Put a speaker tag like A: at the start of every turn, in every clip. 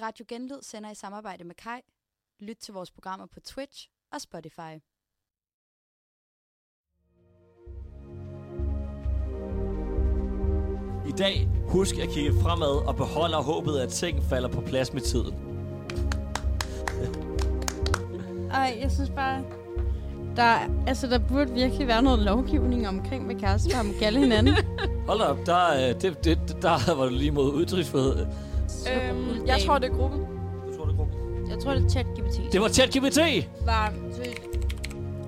A: Radio Genlyd sender i samarbejde med Kai. Lyt til vores programmer på Twitch og Spotify.
B: I dag, husk at kigge fremad og beholde håbet, at ting falder på plads med tiden.
C: Ej, jeg synes bare, der, altså, der burde virkelig være noget lovgivning omkring, hvad kærester har med kalde hinanden.
B: Hold da op, der, øh, det, det, der var du lige mod ytringsfrihed.
D: Øhm, jeg tror, det er gruppen.
B: Jeg tror, det, er
C: Jeg tror, det er ChatGPT.
B: det var tæt GPT.
C: Varmt.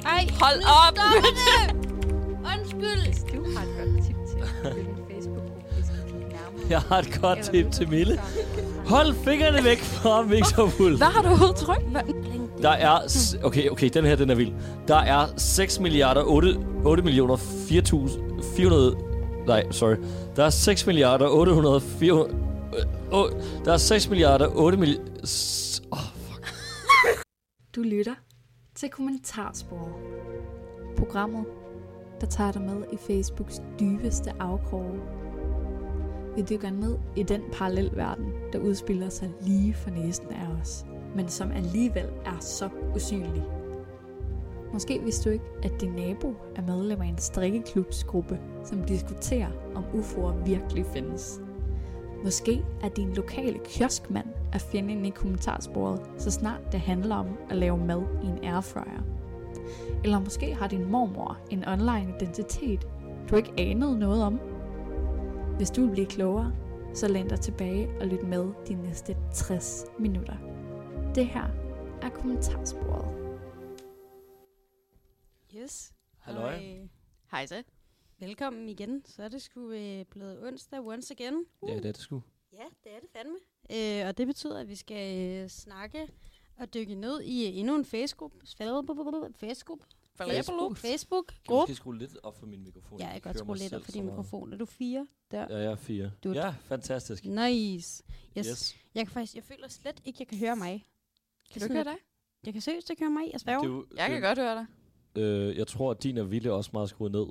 C: Ej,
D: Hold
C: nu
D: op!
C: stopper det! Undskyld.
E: Hvis du har et godt tip til, hvilken Facebook-gruppe vi skal kigge nærmere
B: Jeg har et godt
E: eller
B: tip
E: hvilke
B: til Mille.
E: programmer.
B: Hold fingrene væk fra mixerpult.
D: Hvad har du udtrykt? Hvad?
B: Der er... s- Okay, okay, den her, den er vild. Der er 6 milliarder 8, 8 millioner 4.000... 400... Nej, sorry. Der er 6 milliarder 800... 400... Øh, åh, der er 6 milliarder 8 mil... s- Åh,
F: Du lytter til kommentarsporet. Programmet, der tager dig med i Facebooks dybeste afkroge. Vi dykker ned i den parallelverden, der udspiller sig lige for næsen af os, men som alligevel er så usynlig. Måske vidste du ikke, at din nabo er medlem af en strikkeklubsgruppe, som diskuterer, om UFO'er virkelig findes. Måske er din lokale kioskmand at finde inde i kommentarsporet, så snart det handler om at lave mad i en airfryer. Eller måske har din mormor en online identitet, du ikke anede noget om. Hvis du vil blive klogere, så læn dig tilbage og lyt med de næste 60 minutter. Det her er kommentarsporet.
C: Yes.
B: Halløj.
C: Og, øh, Hej så. Velkommen igen. Så er det sgu øh, blevet onsdag once again. Uh.
B: Ja, det er det sgu.
C: Ja, det er det fandme. Øh, og det betyder, at vi skal øh, snakke og dykke ned i øh, endnu en Facebook. Facebook. Facebook. Facebook. Facebook.
B: Kan du
C: Gruppe.
B: måske skrue lidt op for min mikrofon?
C: Ja, jeg kan godt
B: hører
C: skrue
B: mig
C: lidt op
B: selv
C: for
B: så
C: din
B: meget.
C: mikrofon. Er du fire? Der.
B: Ja, jeg er fire.
C: Dut.
B: Ja, fantastisk.
C: Nice. Yes. yes.
B: yes.
C: Jeg kan faktisk, jeg føler slet ikke, jeg kan høre mig.
D: Kan du ikke høre dig?
C: Jeg kan seriøst ikke høre mig. Jeg sværger.
B: Det er jo-
D: Jeg kan
B: det-
D: godt høre dig.
B: Øh, jeg tror, at din er vilde også meget skruet ned.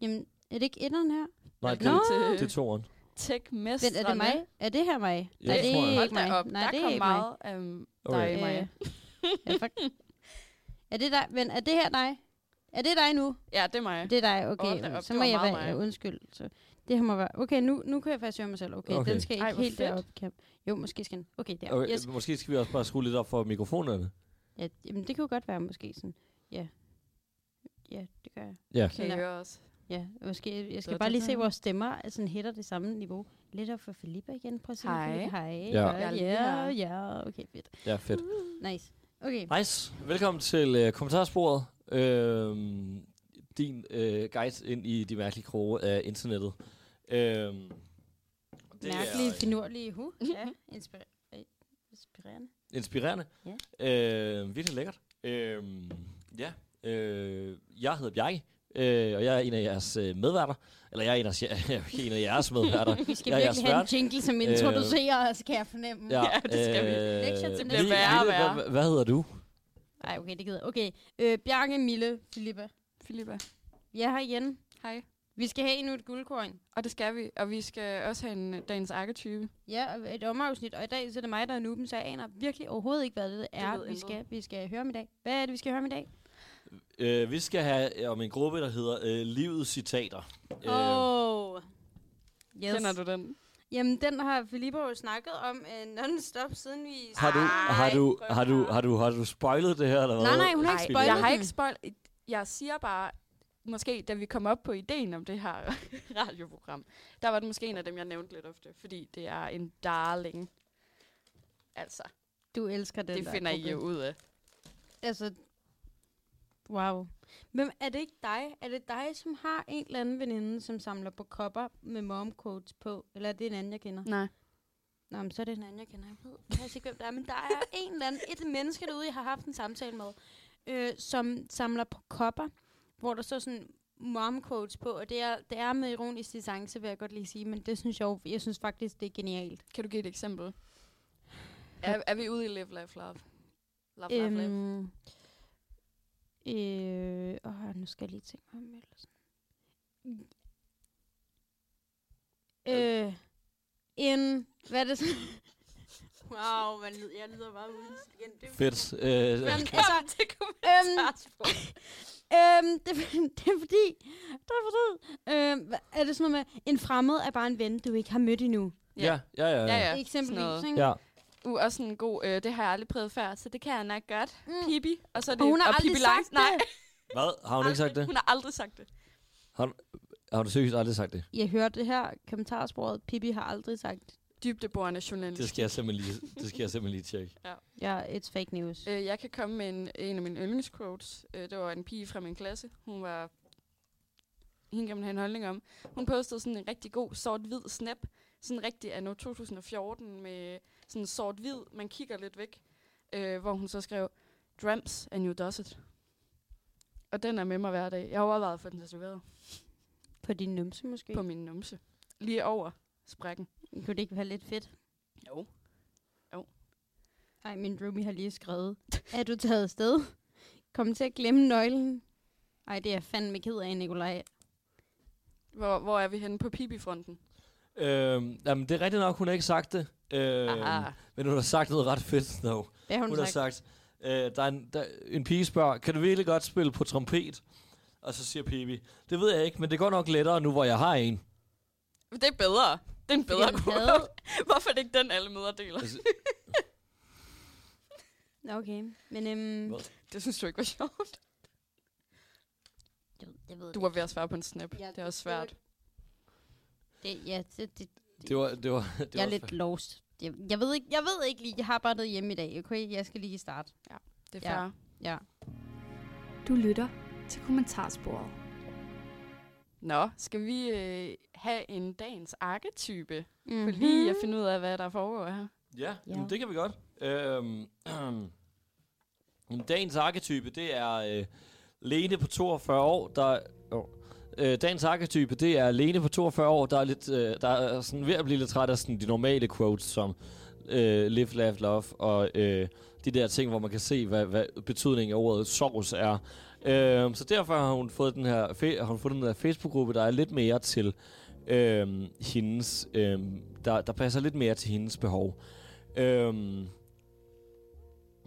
C: Jamen, er det ikke etteren her?
B: Nej, det,
D: Nå.
C: Øh.
B: det er toeren.
D: tech
C: Vent, er det mig? Er det her mig?
B: Ja,
C: Nej,
B: det
C: det
B: tror jeg.
C: er
D: Hold
C: ikke mig.
D: da op.
C: Nej,
D: der
C: det er
D: kom
C: ikke mig.
D: meget øhm, dig i
A: Øh,
B: Okay.
D: mig.
C: Ja, fuck. er det dig? Men er det her dig? Er det dig nu?
D: Ja, det er mig.
C: Det er dig,
D: Hold
C: okay.
D: da op,
C: så
D: det
C: må
D: var
C: jeg
D: meget
C: være,
D: mig.
C: ja, undskyld. Så det her må være, okay, nu, nu kan jeg faktisk høre mig selv. Okay,
B: Okay.
C: den skal
D: Ej,
C: ikke
D: hvor
C: helt
D: fedt.
C: derop. Kan... Jo, måske skal den. Okay, der.
B: Okay,
C: Okay. Yes.
B: Måske skal vi også bare skrue lidt op for mikrofonerne.
C: Ja, jamen, det kunne godt være, måske sådan. Ja. Ja, det gør jeg.
B: Ja.
D: Kan I
C: Nå.
D: høre os?
C: Ja, måske, jeg skal
D: var
C: bare
D: det,
C: lige se,
D: der.
C: hvor stemmer er sådan hætter det samme niveau. Lidt op for Filippa igen. Prøv at se, om
D: Hej.
C: Filippa- Hej.
B: Ja.
C: Ja.
D: Jeg er
C: Ja,
D: lige
C: ja,
D: her.
C: ja, okay, fedt.
B: Ja, fedt.
C: Nice. Okay,
B: Nice. Velkommen til øh, kommentarsporet. Øhm, din øh, guide ind i de mærkelige kroge af internettet. Øhm, det
C: mærkelige,
B: er
C: finurlige hu. Ja, inspir- øh, inspirerende.
B: øh, inspirerende.
C: Ja.
B: Øh, virkelig lækkert. Øhm, ja. Øh, jeg hedder Bjarke, øh, og jeg er en af jeres øh, medværter. Eller jeg er en af, jeg er ikke en af jeres medværter.
C: Vi skal
B: jeg Øh, er jeres
C: virkelig have en
B: vært.
C: jingle, som introducerer os, kan jeg fornemme.
D: Ja, det skal vi.
B: Øh,
C: Lektier til
B: Mille,
C: næste
D: gang.
B: Mille,
D: Værre og
B: Hvad, hvad hedder du?
C: Nej, okay, det gider jeg. Okay, øh, Bjarke, Mille, Filippa.
D: Filippa.
C: Vi er her igen.
D: Hej.
C: Vi skal have endnu et guldkorn.
D: Og det skal vi. Og vi skal også have en øh, dagens arketype.
C: Ja, og et omafsnit. Og i dag så er det mig, der er nuben, så jeg aner virkelig overhovedet ikke, hvad det er,
D: ved
C: vi
D: intet.
C: skal, vi skal høre om i dag. Hvad er det, vi skal høre om i dag?
B: Øh, vi skal have øh, om en gruppe, der hedder øh, Livets Citater. Øh,
C: Oh. Yes.
D: Kender du den?
C: Jamen, den har Filippa jo snakket om øh, non-stop, siden vi...
B: har, du, har, du,
C: Ej,
B: har, du, har, du, har du spoilet det her, eller
C: Nej,
B: hvad?
C: nej, hun har
B: Ej,
C: ikke spoilet
D: jeg har
C: den.
D: ikke spoil... Jeg siger bare, måske da vi kom op på ideen om det her radioprogram, der var det måske en af dem, jeg nævnte lidt ofte, fordi det er en darling. Altså,
C: Du elsker den
D: det
C: der
D: finder I
C: gruppe.
D: jo ud af.
C: Altså, wow. Men er det ikke dig? Er det dig, som har en eller anden veninde, som samler på kopper med momcoats på? Eller er det en anden, jeg kender?
D: Nej.
C: Nå, men så er det en anden, jeg kender. Jeg ved faktisk ikke, hvem der er, men der er en eller anden, et menneske derude, jeg har haft en samtale med, øh, som samler på kopper, hvor der står sådan mom quotes på, og det er, det er med ironisk distance, vil jeg godt lige sige, men det synes jeg, jo- jeg synes faktisk, det er genialt.
D: Kan du give et eksempel? Er, er vi ude i Live, Life, Love? Love, øhm. Love, Live.
C: Øhm, øh, åh, nu skal jeg lige tænke mig om eller sådan. Øh, en, hvad er det så? Wow, man lyder, jeg lyder bare uden igen. Det er
B: Fedt. Øh,
C: Men altså,
D: det kunne
C: øhm, øhm, det, er- det er fordi, det er fordi, øhm, hva- er det sådan noget med, en fremmed er bare en ven, du ikke har mødt endnu.
B: ja, ja, ja.
D: Ja,
B: ja.
D: ja.
C: Eksempelvis,
D: sådan
C: ikke?
B: ja.
D: Uh, også en god, øh, det har jeg aldrig prøvet før, så det kan jeg nok godt.
C: Mm.
D: Pippi, og så er det...
C: Og hun har
D: Pippi
C: aldrig sagt
D: Langstrømpe. Nej,
C: det.
B: Hvad? Har hun ikke sagt det?
D: Hun har aldrig sagt det.
B: Har du seriøst aldrig sagt det?
C: Jeg hørte det her kommentarsporet, Pippi har aldrig sagt,
D: Dybdeborende journalist.
B: Det skal jeg simpelthen lige, det skal jeg simpelthen lige tjekke.
C: ja, it's fake news.
D: Øh, jeg kan komme med en, en af mine yndlingsquotes. Øh, det var en pige fra min klasse. Hun var... Hende kan man have en holdning om. Hun postede sådan en rigtig god sort-hvid snap. Sådan rigtig anno 2014 med sådan sort-hvid. Man kigger lidt væk. Øh, hvor hun så skrev, Drams and you does it. Og den er med mig hver dag. Jeg har overvejet at få den tatoveret
C: På din numse måske?
D: på min numse. Lige over sprækken.
C: Kunne det ikke være lidt fedt?
D: Jo.
C: Nej, min roomie har lige skrevet. Er du taget afsted? Kom til at glemme nøglen. Ej, det er jeg fandme ked af, Nikolaj.
D: Hvor, hvor er vi henne på pipifronten?
B: Øhm, jamen, det er rigtigt nok, hun har ikke sagt det. Øhm,
D: Aha.
B: men hun har sagt noget ret fedt, dog.
C: Hvad har hun,
B: Hun har sagt, øh, der, er en, der en pige spørger, kan du virkelig godt spille på trompet? Og så siger Pippi, det ved jeg ikke, men det går nok lettere nu, hvor jeg har en.
D: Det er bedre. Det er en bedre
C: Fordi han
D: quote.
C: havde-
D: Hvorfor er det ikke den, alle møder deler?
B: Altså,
C: Nå, Okay, men øhm,
B: Hvad?
D: Det synes du ikke var sjovt.
C: du, jeg ved
D: Du var ved at svare på en snap.
C: Ja,
D: Ja, det
C: det
D: er også svært.
C: det, det, ja, det, det,
B: det var... Det var det
C: jeg er
B: var
C: lidt lost. Jeg, jeg, ved ikke, jeg ved ikke lige, jeg har bare noget hjemme i dag, okay? Jeg skal lige starte.
D: Det
C: Ja.
D: er fair.
F: Du lytter til kommentarsporet.
D: Nå, skal vi øh, have en dagens arketype?
C: Mm-hmm.
D: For lige at finde ud af, hvad der foregår her.
B: Ja,
C: Ja.
B: ja. Jamen, det kan vi godt. Øhm, jamen, dagens arketype, det er øh, Lene på 42 år, der... Oh. Øh, dagens arketype, det er Lene på 42 år, der er, lidt, øh, der er sådan ved at blive lidt træt af sådan de normale quotes, som øh, live, laugh, love, og øh, de der ting, hvor man kan se, hvad, hvad betydningen af ordet sovs er. Øh, så derfor har hun fået den her, fe- har hun fundet den her Facebook-gruppe, der er lidt mere til øh, hendes, øh, der, der passer lidt mere til hendes behov. Øhm,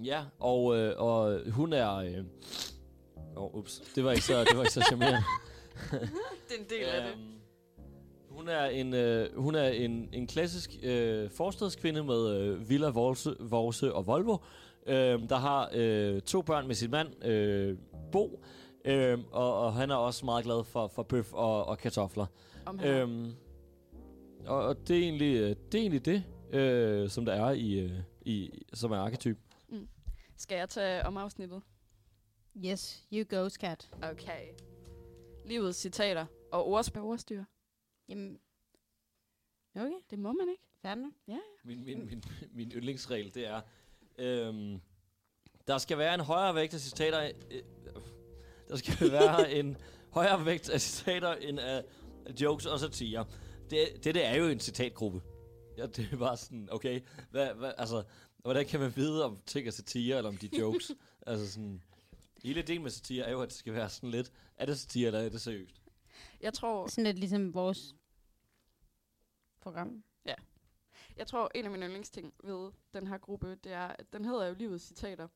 B: ja, og, øh, og hun er... Øh, oh, ups, det var ikke så, det var ikke så charmerende.
D: Det er en del af det.
B: Øhm, Hun er en, øh, hun er en, en klassisk øh, forstadskvinde med øh, Villa, Vorse, Vorse og Volvo, øh, der har øh, to børn med sin mand, øh, Bo, øh, og, og han er også meget glad for, for bøf og, og kartofler.
D: Om her.
B: Øhm, og, og det er egentlig øh, det, er egentlig det øh, som der er i, øh, i som er arketyp.
D: Skal jeg tage om afsnittet?
C: Yes, you go, skat.
D: Okay. Livets citater og ordsp- ordstyr.
C: Jamen, okay,
D: Det må man ikke.
C: færdig nok.
B: Min, min, min, min yndlingsregel, det er, øhm, der skal være en højere vægt af citater, øh, der skal være en højere vægt af citater end af jokes og satire. Det, det, det er jo en citatgruppe. Ja, det er bare sådan, okay, hvad, hvad, altså, hvordan kan man vide, om ting er satire, eller om de er jokes? altså sådan, hele delen med satire er jo, at det skal være sådan lidt, er det satire, eller er det seriøst?
D: Jeg tror,
C: Sådan lidt ligesom vores program.
D: Jeg tror, en af mine yndlingsting ved den her gruppe, det er, at den hedder jo Livets Citater.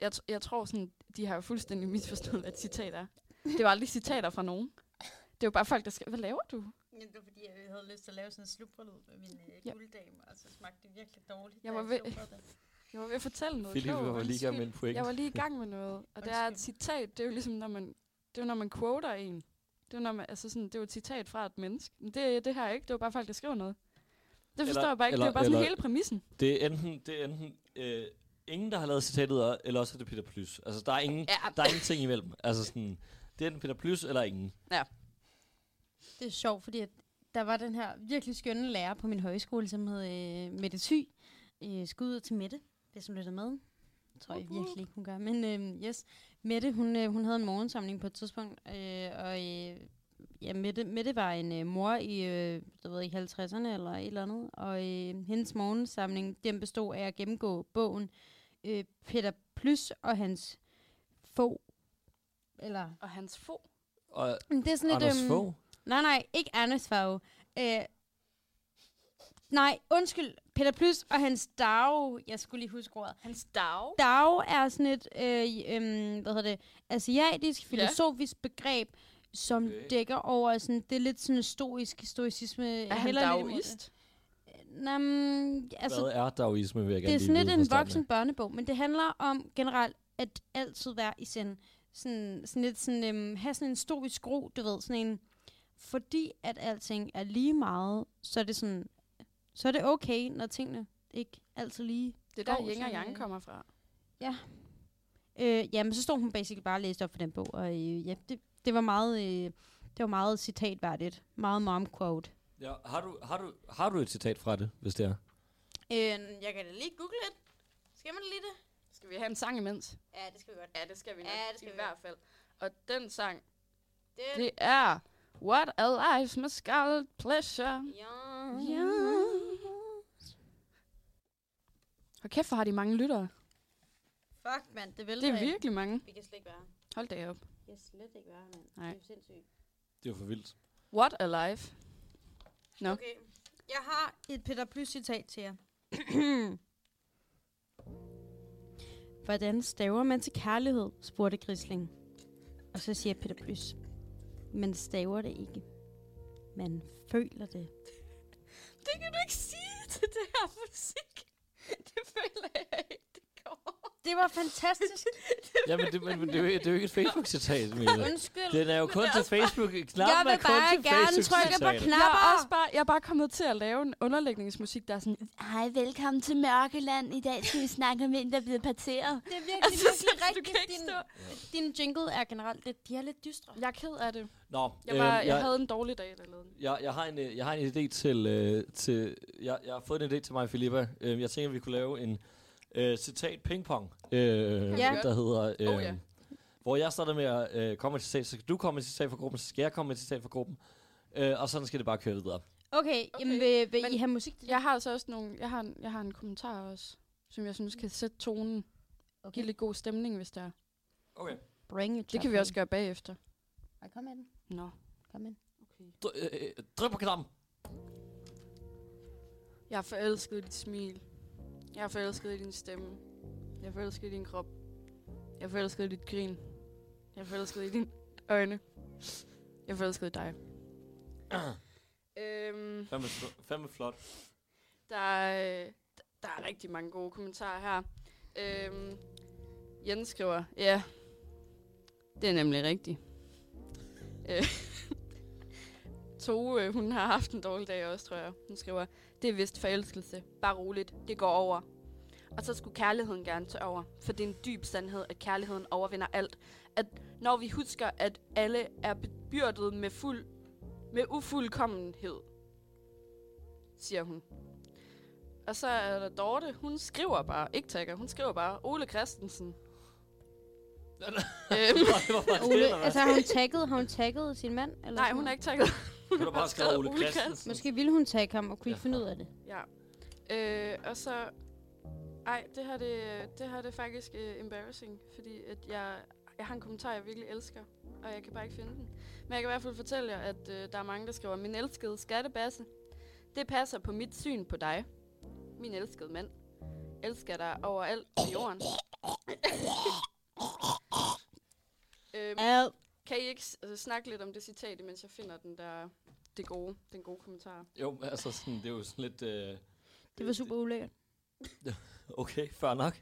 D: Jeg, tr- jeg tror sådan, de har jo fuldstændig misforstået, hvad et citat er. Det var aldrig citater fra nogen. Det er jo bare folk, der skal... Hvad laver du?
G: Ja, det var fordi, jeg havde lyst til at lave sådan en slubrelyd med min øh,
D: Ja.
G: gulddame, og så smagte det virkelig dårligt.
D: Jeg
G: da
D: var ved-
G: slubrede det.
D: Jeg var ved at fortælle noget.
B: Philip
D: klogt.
B: var lige i gang med en
D: Undskyld.
B: point.
D: Jeg var lige i gang med noget. Og det er et citat, det er jo ligesom, når man, det er jo, når man quoter en. Det er, jo, når man, altså sådan, det er jo et citat fra et menneske. Men det, det her er ikke. Det var bare folk, der skriver noget. Det forstår
B: Eller-
D: jeg bare ikke.
B: eller-
D: det er jo bare sådan
B: eller-
D: hele præmissen.
B: Det er enten, det er enten øh, ingen, der har lavet citatet, og- eller også er det Peter Plys. Altså, der er, ingen,
D: Ja.
B: der er ingenting imellem. Altså sådan, det er enten Peter Plys eller ingen.
C: Det er sjovt, fordi at der var den her virkelig skønne lærer på min højskole, som hed øh, Mette Sy. Øh, skud ud til Mette, hvis hun lytter med. Det tror jeg virkelig ikke, hun gør. Men øh, yes, Mette, hun, øh, hun havde en morgensamling på et tidspunkt, øh, og øh, ja, Mette, Mette var en øh, mor i øh, jeg ved ikke, 50'erne eller et eller andet, og øh, hendes morgensamling, den bestod af at gennemgå bogen øh, Peter Plys og hans få, eller...
D: Og hans få.
B: Og
C: Det er sådan
B: Anders
C: øhm,
B: Fogh.
C: Nej, nej, ikke Anders Fogh. Øh, Nej, undskyld. Peter Plys og hans dag. Jeg skulle lige huske ordet.
D: Hans dag.
C: Dao er sådan et øh, øhm, hvad hedder det, asiatisk filosofisk ja. begreb, som
B: Okay.
C: okay. dækker over sådan, det er lidt sådan stoisk stoicisme.
D: Er han daoist?
C: Jamen, altså,
B: Hvad er daoisme, vil jeg gerne
C: det er sådan
B: lige
C: lidt
B: vide fra
C: en
B: starten af.
C: voksen børnebog, men det handler om generelt at altid være i send. Sådan, sådan lidt sådan, øhm, have sådan en stoisk ro, du ved, sådan en, fordi at alting er lige meget, så er det sådan, så er det okay, når tingene ikke altid lige.
D: Det er der,
C: Går
D: Yin og
C: sådan,
D: Yang
C: øh,
D: kommer fra.
C: Øh, ja, men så stod hun basically bare og læste op for den bog, og øh, ja, det, det var meget, øh, det var meget citatværdigt. Meget mom quote.
B: Ja, har, du, har, du, har du et citat fra det, hvis det er?
C: Øh, jeg kan da lige google lidt. Skal man lige det?
D: Skal vi have en sang imens?
C: Ja, det skal vi godt.
D: Ja, det skal vi
C: nok.
D: nok.
C: Ja, det skal
D: I
C: I vi.
D: hvert
C: hvert
D: fald. Og den sang,
C: Det,
D: det er What a Life med Scarlet Pleasure.
C: Ja.
D: Ja. Og kæft, hvor har de mange lyttere.
C: Fuck, mand, det
D: Det
C: vælter
D: er virkelig mange.
C: Vi kan slet ikke være her.
D: Hold da op.
C: Vi kan slet ikke være her, mand.
D: Nej.
C: Det er jo sindssygt.
B: Det er jo for vildt.
D: What a Life. Nå.
C: Okay. Jeg har et Peter Plys citat til jer. Hvordan staver man til kærlighed, spurgte Grisling. Og så siger Peter Plys, man staver det ikke. Man føler det.
D: Det kan du ikke sige til det her musik. Det føler jeg ikke, det går.
C: Det var fantastisk.
B: Jamen, det, men, men det, er jo, ikke- det er jo ikke et Facebook-citat, Mila.
C: Undskyld.
B: Den er jo kun til Facebook.
C: Jeg
B: Knappen er
C: vil
B: kun
C: bare
B: til
C: gerne trykke på
B: Facebook-citatet.
D: Jeg
C: knapper.
D: er, også bare, jeg er bare kommet til at lave en underlægningsmusik, der er sådan...
H: Hej, velkommen til Mørkeland. I dag skal vi snakke om en, der er blevet parteret.
C: Det er virkelig,
D: Altså,
C: altså,
D: sådan, du
C: rigtigt.
D: kan ikke
C: Din,
D: stå.
C: din jingle er generelt, lidt, de er lidt dystre.
D: Jeg er ked af det.
B: Nå,
D: Jeg, var,
B: øhm,
D: jeg havde en dårlig dag, der lavede den.
B: Jeg, jeg, har en, øh, jeg har en idé til... Øh, til jeg, jeg har fået en idé til mig, Filippa. Øh, jeg tænker, vi kunne lave en øh, citat pingpong, øh,
C: Ja.
B: der hedder... Øh,
D: Oh, ja.
B: Hvor jeg starter med at øh, komme med et citat, så skal du komme med et citat fra gruppen, så skal jeg komme med et citat fra gruppen. Øh, og sådan skal det bare køre videre.
C: Okay, okay. jamen vil, vil I have musik til det?
D: Jeg har altså også nogle... Jeg har, en- jeg har en kommentar også, som jeg synes kan sætte tonen. Okay. Give lidt god stemning, hvis der er.
B: Okay.
C: Bring it
D: Det kan vi også gøre bagefter.
C: gøre. Kom med den.
D: Nå.
C: Kom med den.
B: Dr- øh, øh, dryp på knappen.
D: Jeg er forelsket i dit smil. Jeg er forelsket i din stemme. Jeg er forelsket i din krop. Jeg er forelsket i dit grin. Jeg er forelsket i dine øjne. Jeg er forelsket i dig. øhm,
B: Fem fandme flot.
D: der, er, øh, der er rigtig mange gode kommentarer her. Øhm, Jens skriver, ja, det er nemlig rigtigt. Øh, Tove, øh, hun har haft en dårlig dag også, tror jeg. Hun skriver, det er vist forelskelse. Bare roligt, det går over. Og så skulle kærligheden gerne tage over, for det er en dyb sandhed, at kærligheden overvinder alt. At når vi husker, at alle er bebyrdet med, fuld, med ufuldkommenhed, siger hun. Og så er der Dorte, hun skriver bare, ikke takker, hun skriver bare Ole Christensen. øhm,
B: det var faktisk det,
C: Ole,
B: eller hvad?
C: altså har hun tagget, har hun tagget sin mand? Eller
D: nej,
C: sådan
D: hun er
C: noget?
D: ikke takket.
B: Kan du bare skrive Ole
D: Ole
B: Christensen?
C: Måske ville hun tagge ham og kunne ikke
B: Ja.
C: finde ud af det.
D: Ja. Øh, og så... Ej, det her det, det her det er faktisk uh, embarrassing, fordi at jeg, jeg har en kommentar, jeg virkelig elsker, og jeg kan bare ikke finde den. Men jeg kan i hvert fald fortælle jer, at uh, der er mange, der skriver, min elskede skattebasse, det passer på mit syn på dig, min elskede mand. Elsker dig overalt på jorden. øhm,
C: Ad.
D: kan I ikke s- øh, snakke lidt om det citat, mens jeg finder den der, det gode, den gode kommentar?
B: Jo, altså sådan, det er jo sådan lidt... Øh,
C: Det var super ulækkert.
B: Okay, fair nok.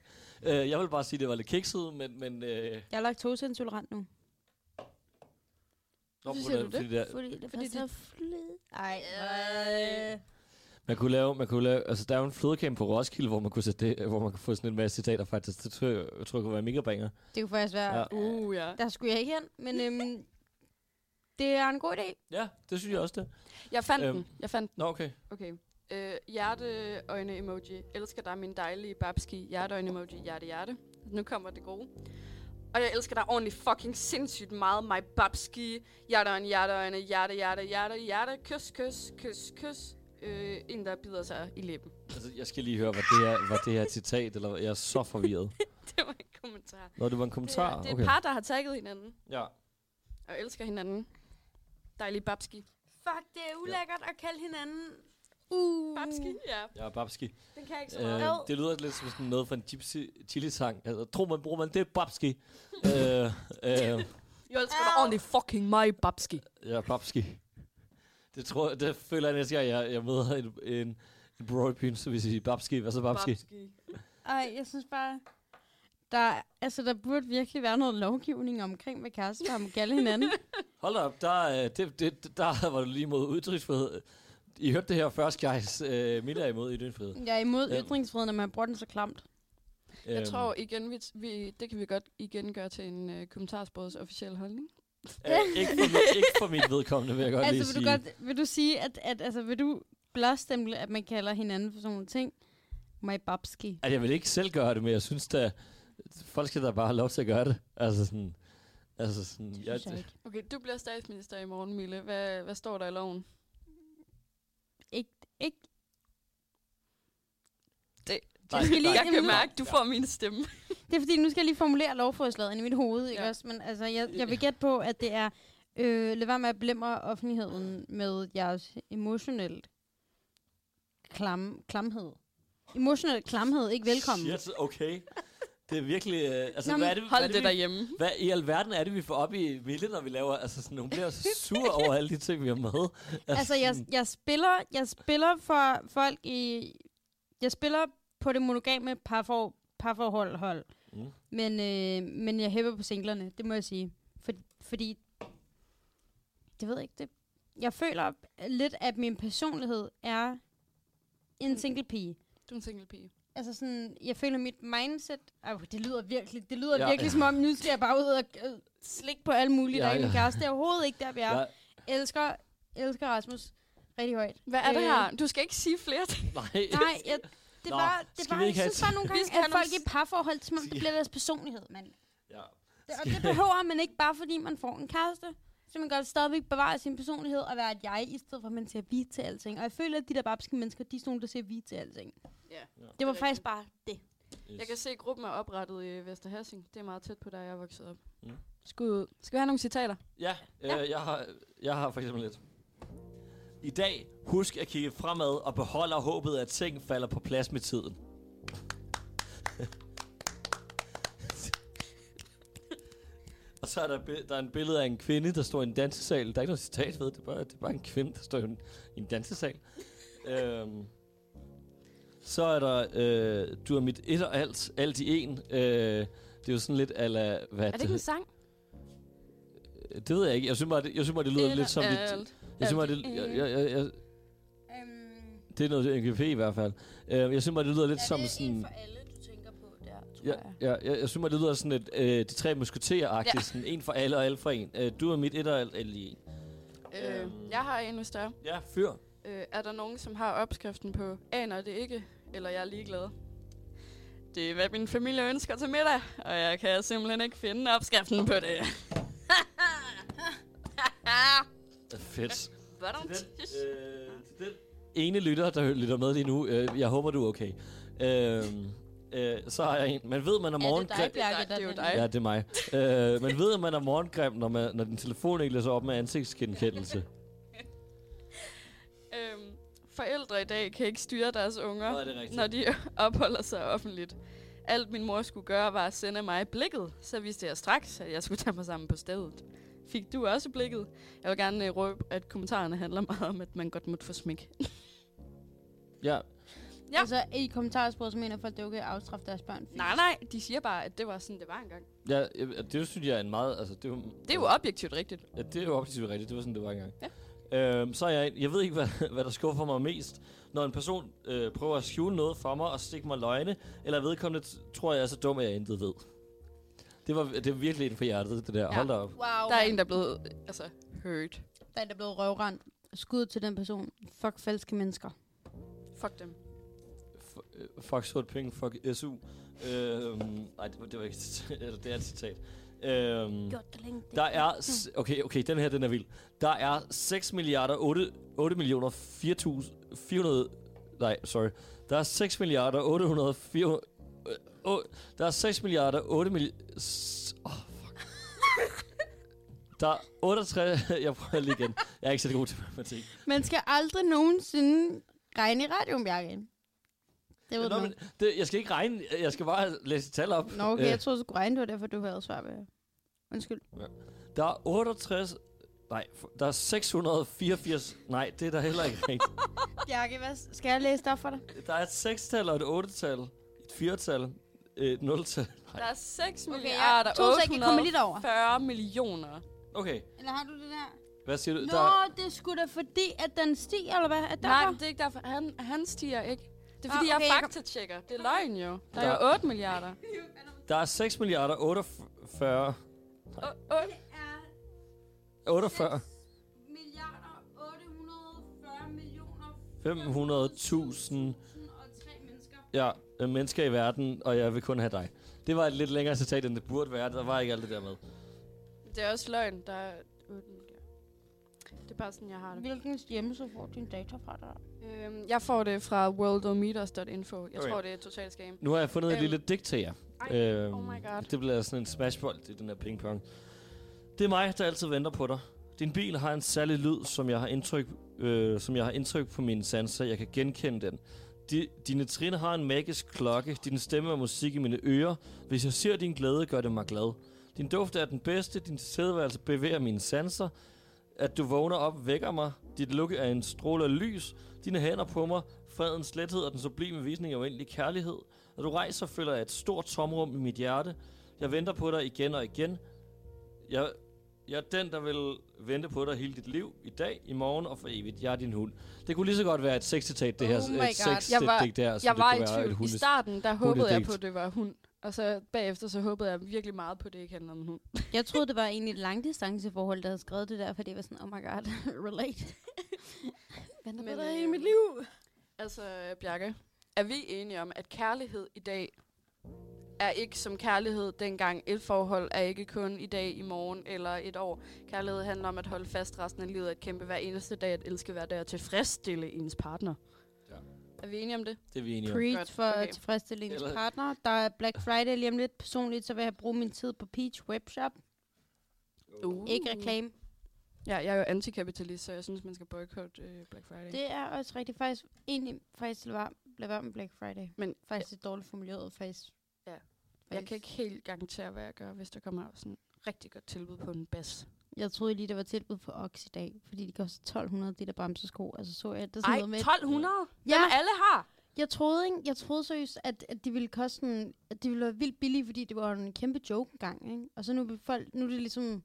B: Øh, jeg vil bare sige, at det var lidt kikset, men... men øh,
C: Jeg er laktoseintolerant nu.
B: nå,
D: Hvorfor
B: på
D: siger
B: den-
D: du det?
B: fordi der-
C: Fordi det
D: Fordi
C: var så flid. Ej, øh.
B: Man kunne lave, man kunne lave, altså der er jo en flødecamp på Roskilde, hvor man kunne sætte det, hvor man kunne få sådan en masse citater faktisk. Det tror jeg, jeg tror, det kunne være mega banger.
C: Det kunne faktisk være...
B: Ja.
C: Ja.
D: Uh, ja.
C: Der skulle jeg ikke hen, men øhm, det er en god idé.
B: Ja, det synes jeg også det.
D: Jeg fandt
B: Øhm.
D: øhm. den. Jeg fandt den.
B: Nå, okay.
D: Okay. Øh, hjerteøjne emoji. Elsker dig, min dejlige babski. Hjerteøjne emoji. Hjerte, hjerte. Nu kommer det gode. Og jeg elsker dig ordentligt fucking sindssygt meget, my babski. Hjerteøjne, hjerteøjne, hjerte, hjerte, hjerte, hjerte. Kys, kys, kys, kys. Øh, en, der bider sig i læben.
B: Altså, jeg skal lige høre, hvad det her, hvad det her citat, eller hvad- jeg er så forvirret.
D: Det var en kommentar.
B: Nå, det var en kommentar.
D: Det, det er
B: okay.
D: et par, der har tagget hinanden.
B: Ja.
D: Og elsker hinanden. Dejlige babski.
C: Fuck, det er ulækkert at kalde hinanden Uh.
D: Babski, ja.
B: Ja, babski.
D: Den kan jeg ikke så meget.
B: Øh,
D: Øh.
B: det lyder lidt som sådan noget fra en gypsy chili-sang. Altså, tror man, bruger man det, babski. øh, øh,
D: Jeg elsker dig ordentligt fucking mig, Babski.
B: ja, babski. Det, tror, jeg- det føler jeg næste gang, jeg, jeg møder en, en, en bror i byen, så vil jeg sige, babski, hvad så babski?
C: Ej, jeg synes bare, der, altså, der burde virkelig være noget lovgivning omkring, hvad kærester om kalde hinanden.
B: Hold da op, der, øh, det, det, der var du lige mod udtryksfrihed. I hørte det her først, guys. Øh, Mille er imod ytringsfrihed.
C: Jeg er imod
B: Ja.
C: ytringsfriheden, når man bruger den så klamt.
B: Øhm,
D: Jeg tror igen, vi, vi, det kan vi godt igen gøre til en øh, kommentarsbrødets officielle holdning.
B: øh, ikke, for mit, ikke for mit vedkommende, vil jeg godt lige
C: altså, vil
B: sige.
C: du, godt, vil du sige, at, at altså, vil du blåstemple, at man kalder hinanden for sådan nogle ting? My babski.
B: At Altså, jeg vil ikke selv gøre det, men jeg synes da, folk skal da bare have lov til at gøre det. Altså sådan, altså sådan,
C: Det
B: jeg,
C: synes jeg ikke.
D: Okay, du bliver statsminister i morgen, Mille. Hvad, hvad står der i loven?
C: Ikke
B: nej,
C: Jeg skal lige-
D: Jeg kan
C: Jamen,
D: mærke, du får min stemme.
C: Det er fordi, nu skal jeg lige formulere lovforslaget ind i mit hoved, ikke
D: Ja.
C: også? Men altså, jeg, jeg vil gætte på, at det er, øh, lad være med at blemre offentligheden med jeres emotionelt klam, klamhed. Emotionel klamhed, ikke velkommen. Shit.
B: Shit, okay. Det er virkelig, øh, altså
C: Nå,
B: hvad
C: men
B: er det, hvad, er
D: Hold
B: det,
D: det
B: vi,
D: derhjemme.
B: hvad i alverden er det, vi får op i Mille, når vi laver, altså sådan, hun bliver så sur over alle de ting, vi har med.
C: Altså, jeg,
B: sådan,
C: jeg, spiller, jeg spiller for folk i... Jeg spiller på det monogame parfor, parforhold, hold.
B: Mm.
C: Men, øh, men jeg hæpper på singlerne, det må jeg sige. For, fordi, det ved jeg ikke, det, jeg føler lidt, at min personlighed er en single pige.
D: Du er en single pige.
C: Altså sådan, jeg føler mit mindset, øh, det lyder virkelig, det lyder
B: Ja,
C: ja, virkelig
B: ja.
C: ja. som om, nu skal jeg bare ud og øh, slikke på alt muligt,
B: Ja,
C: ja, der er ja.
B: ja.
C: min kæreste. Det er overhovedet ikke der, vi er.
B: Ja,
C: Ja. Elsker, elsker Rasmus rigtig højt.
D: Hvad er øh. det
C: Øh.
D: her? Du skal ikke sige flere ting.
B: nej.
C: Nej, jeg, det
B: Nå,
C: var, det
B: skal
C: var,
B: vi
C: jeg
B: ikke have
C: synes bare nogle
D: Vi
C: gange,
D: skal
C: at
D: have
C: folk
D: nogle-
C: i parforhold, som om det
B: Sige-
C: bliver deres personlighed, mand.
B: Ja.
C: Det, og det behøver man ikke bare, fordi man får en kæreste. Så man kan godt stadigvæk bevare sin personlighed og være et jeg, i stedet for at man siger vi til alting. Og jeg føler, at de der babske mennesker, de er sådan nogle, der siger vi til alting.
D: Ja,
C: Det var
D: er
C: faktisk bare det.
D: Jeg kan se, at gruppen er oprettet i Vesterhassing. Det er meget tæt på, der jeg er vokset op.
B: Mm.
D: Skud ud. Skal vi have nogle citater?
B: Ja, øh, jeg, har, jeg har for eksempel lidt. I dag, husk at kigge fremad og beholde håbet, at ting falder på plads med tiden. og så er der, bi- der er en billede af en kvinde, der står i en dansesal. Der er ikke noget citat ved, det er bare, det er bare en kvinde, der står i en, i en dansesal. øhm, så er der, øh, du er mit et og alt, alt i en. Øh, det er jo sådan lidt ala, hvad
D: Er det ikke en sang?
B: det ved jeg ikke. Jeg synes bare, det, jeg synes bare, det lyder
D: Et
B: lidt som
D: af
B: et...
D: alt.
B: Jeg synes bare,
D: alt
B: det,
D: i
B: jeg,
D: en.
B: jeg, jeg, jeg,
C: Øhm,
B: det er noget NGP i hvert fald. Øh, jeg synes bare, det lyder lidt som sådan...
C: alle, du tænker på der, tror
B: Ja, ja, jeg, jeg synes bare, det lyder sådan et øh, de tre musketerer-agtigt. Ja.
D: Ja.
B: Sådan en for alle og alle for en. Øh, du er mit et og alt alt i en. Øhm.
D: Øh, jeg har endnu større.
B: Ja, fyr.
D: Øh, er der nogen, som har opskriften på aner det ikke, eller jeg er ligeglad? Det er, hvad min familie ønsker til middag, og jeg kan simpelthen ikke finde opskriften på det.
B: Øh, Fedt.
D: Hvordan?
B: øh, til den ene lytter, der lytter med lige nu, øh, jeg håber, du er okay. Øh, øh, så har jeg en. Man ved, man om morgenen...
C: er det dig, Bjarke,
D: Det er
C: der
D: jo
C: den-
D: dig.
B: Ja, det er mig. øh, man ved, at man er morgengrim, når, man, når din telefon ikke læser op med ansigtsgenkendelse.
D: Øhm, forældre i dag kan ikke styre deres unger,
B: Nå, er det rigtigt.
D: når de opholder sig offentligt. Alt min mor skulle gøre, var at sende mig blikket, så vidste jeg straks, at jeg skulle tage mig sammen på stedet. Fik du også blikket? Jeg vil gerne øh, røbe, at kommentarerne handler meget om, at man godt måtte få smæk.
B: Ja,
D: Ja.
C: Ja. Altså, i kommentarsporet, så mener folk, at det er okay at afstraffe deres børn.
D: Nej, nej, de siger bare, at det var sådan, det var engang.
B: Ja, ja, det synes jeg er en meget... Altså, det, er jo-
D: Det er jo objektivt rigtigt.
B: Ja, det er jo objektivt rigtigt. Det var sådan, det var engang. Ja. Øhm, så er jeg, jeg ved ikke, hvad, hvad der skuffer mig mest. Når en person øh, prøver at skjule noget for mig og stikke mig løgne, eller vedkommende t- tror, jeg er så dum, at jeg intet ved. Det var det er virkelig inden for hjertet, det der. Ja.
D: Ja.
B: Hold da op.
C: Wow,
D: Der er en, der er blevet, øh, altså, hurt.
C: der er der blevet røvrendt. Skud til den person. Fuck falske mennesker.
D: Fuck dem.
B: F- øh, fuck sort penge, fuck SU. Øhm, nej, det, var- det var ikke et citat. Eller, det er et citat. Øhm,
C: Gjort det længe.
B: Der er... s- Okay, okay, den her, den er vild. Der er 6 milliarder 8, 8 millioner 4.000... 400... Nej, sorry. Der er 6 milliarder 800... 400, øh, åh, der er 6 milliarder 8 mil... s- Åh, oh, fuck. Der er 68... Jeg prøver lige igen. Jeg er ikke så god til matematik.
C: Man skal aldrig nogensinde regne i radioen, Bjarke. Det ved
B: Nå,
C: du
B: men
C: ikke.
B: det, jeg skal ikke regne, jeg skal bare læse et tal op.
C: Nå, okay,
B: Øh,
C: jeg troede, du skulle regne, det var derfor, du havde svar med. Undskyld.
B: Der er 68... Nej, f- der er 684... Nej, det er der heller ikke rigtigt.
C: Bjarke, hvad s- skal jeg læse op for dig?
B: Der er et 6-tal og et 8-tal. Et 4-tal. Et 0-tal.
D: Der er 6
C: Okay, jeg-
D: milliarder
C: ah, to sekunder, jeg kommer lige derover.
D: 840 millioner.
B: Okay,
C: Eller har du det der?
B: hvad siger du?
C: Nå,
B: Der er,
C: det er sgu da fordi, at den stiger, eller hvad? Er det
D: Nej,
C: derfor?
D: men det er ikke derfor. Han, han stiger ikke. Det er
C: Ah,
D: fordi, ah, okay,
C: okay,
D: jeg
C: jeg
D: er faktatjekker. Det er løgn jo. Der er
B: Der-
D: jo 8 milliarder.
B: der er 6 milliarder 48...
D: O- otte-
B: 48...
C: milliarder 840 millioner
B: 500.000
C: og tre mennesker.
B: ja, øh, mennesker i verden, og jeg vil kun have dig. Det var et lidt længere citat, end det burde være. Der var ikke alt det der med.
D: Det er også løgn. Der er 8 milliarder. Det er bare sådan, jeg har det.
C: Hvilken hjemmeside får din data fra dig?
D: Øhm, jeg får det fra worldometers.info. Jeg
B: Okay.
D: okay. tror, det er et totalt scam.
B: Nu har jeg fundet et
D: Øhm.
B: lille digt til jer.
D: Ej,
B: Øhm,
D: oh my god.
B: Det bliver sådan en smashbold i den her pingpong. Det er mig, der altid venter på dig. Din bil har en særlig lyd, som jeg har indtryk, øh, som jeg har indtryk på mine sanser. Jeg kan genkende den. Di- dine trin har en magisk klokke. Din stemme er musik i mine ører. Hvis jeg ser din glæde, gør det mig glad. Din duft er den bedste. Din tilstedeværelse bevæger mine sanser. At du vågner op vækker mig. Dit lukke er en stråle af lys. Dine hænder på mig. Fredens lethed og den sublime visning af uendelig kærlighed. Når du rejser, føler jeg et stort tomrum i mit hjerte. Jeg venter på dig igen og igen. Jeg, jeg er den, der vil vente på dig hele dit liv. I dag, i morgen og for evigt. Jeg er din hund. Det kunne lige så godt være et sexcitat, det her.
C: Oh my
B: et
C: God.
B: sex-
D: Jeg
B: det-
D: var-
B: det der, som
D: jeg
B: det
D: var
B: kunne
D: i
B: være et
D: tvivl. I
B: hundes-
D: starten, der håbede jeg
B: hundedigt.
D: på, at det var hund. Og så bagefter, så håbede jeg virkelig meget på, at det ikke handlede om en hund.
C: Jeg troede, det var egentlig et langdistanceforhold, der havde skrevet det der, for det var sådan, oh my god, relate. Hvad
D: Men, øh,
C: liv?
D: Altså, Bjarke, er vi enige om, at kærlighed i dag er ikke som kærlighed dengang. Et forhold er ikke kun i dag, i morgen eller et år. Kærlighed handler om at holde fast resten af livet, at kæmpe hver eneste dag, at elske hver dag og tilfredsstille ens partner.
B: Ja.
D: Ja. Er vi enige om det?
B: Det er vi enige om.
D: Godt,
C: Preach for okay.
D: okay.
C: tilfredsstillende
B: Eller-
C: partner. Der er Black Friday lige om lidt. Personligt, så vil jeg bruge min tid på Peach Webshop.
D: Uh.
C: Ikke reklame.
D: Ja, jeg er jo antikapitalist, så jeg synes, man skal boykotte øh, Black Friday.
C: Det er også rigtigt. Faktisk, egentlig, faktisk lad være, lad være med Black Friday.
D: Men-
C: faktisk det er dårligt formuleret. Faktisk.
D: Ja. Jeg
C: Faktisk.
D: kan ikke helt garantere, hvad jeg gør, hvis der kommer sådan et rigtig godt tilbud på en bas.
C: Jeg troede lige, der var tilbud på Ox i dag, fordi de koster 1200, de der bremsesko. Altså så jeg, der er sådan
D: Ej,
C: noget med...
D: 1200? Ja.
C: ja,
D: Alle har!
C: jeg troede, ikke? jeg troede seriøst, at, at de ville koste sådan, at de ville være vildt billige, fordi det var en kæmpe joke engang, ikke? Og så nu, vil folk, nu er det ligesom,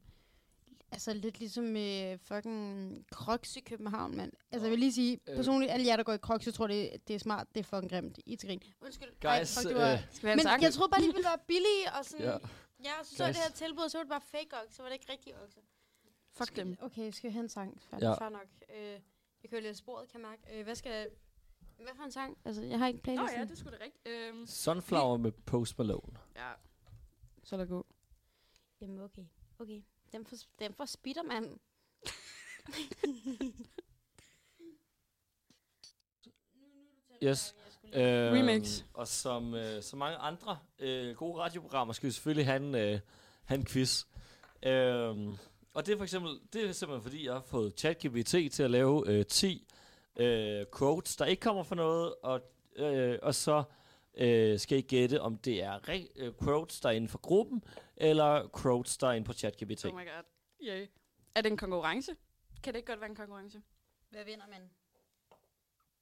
C: altså lidt ligesom øh, fucking Crocs i København, mand. Altså jeg vil lige sige,
B: Øh.
C: personligt, alle jer, der går i Crocs, jeg tror, det, det er smart, det er fucking grimt. I er til grin. Undskyld. Ej,
B: Guys,
C: fuck, det var,
B: øh,
D: Skal vi have en
C: men
D: sang?
C: jeg troede bare, de ville være billige, og sådan...
B: Ja.
C: Ja, ja og så så jeg det
B: Guys.
C: her tilbud, og så var det bare fake okse, så var det ikke rigtig okse.
D: Fuck dem.
C: Okay, skal vi have en sang? Fair,
B: Ja.
C: ja. fair nok. Øh, jeg kører lidt sporet, kan jeg mærke. Øh, hvad skal jeg... Hvad for en sang? Altså, jeg har ikke
D: Nå
C: playlisten.
D: ja, det skulle da rigtigt. Øhm,
B: Sunflower med Post Malone.
D: ja. Så er der god.
C: Jamen, okay. Okay. Den for, den for spitter, mand.
B: Yes. Øh,
D: Remix.
B: Og som øh, så mange andre øh, gode radioprogrammer skal vi selvfølgelig have en, øh, have en quiz. Øh, og det er for eksempel det er simpelthen fordi jeg har fået ChatGPT til at lave øh, 10 øh, quotes der ikke kommer fra noget og øh, og så øh, skal I gætte om det er re- øh, quotes der er inden for gruppen eller quotes der er inde på ChatGPT.
D: Oh my god. Yay. Er det en konkurrence? Kan det ikke godt være en konkurrence?
G: Hvad vinder man?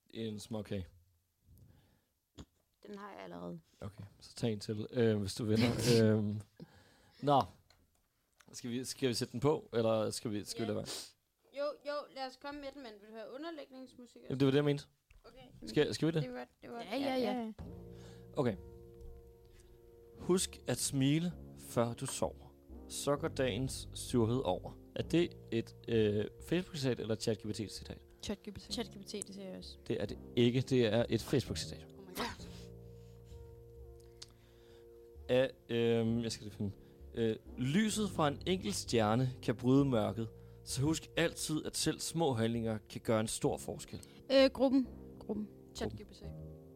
B: En småkage.
C: Den har jeg allerede.
B: Okay, så tag en til, øh, hvis du vinder. øhm. Nå, skal vi, skal vi sætte den på, eller skal vi, skal vi
C: Ja.
B: lade være?
C: Jo, jo, lad os komme med den, men vil du høre underlægningsmusik?
B: Jamen, det var det, jeg mente.
C: Okay. Mm.
B: Skal, skal vi det?
C: Det var det. Var,
D: Ja, ja, ja.
B: Okay. Husk at smile, før du sover. Så går dagens surhed over. Er det et øh, Facebook-citat eller et ChatGPT-citat?
D: ChatGPT. Chat.
C: ChatGPT, det ser jeg også.
B: Det er det ikke. Det er et Facebook-citat.
D: Oh my god.
B: af, øh, jeg skal lige finde, øh, lyset fra en enkelt stjerne kan bryde mørket, så husk altid, at selv små handlinger kan gøre en stor forskel.
C: Øh, gruppen. Gruppen.
D: ChatGPT.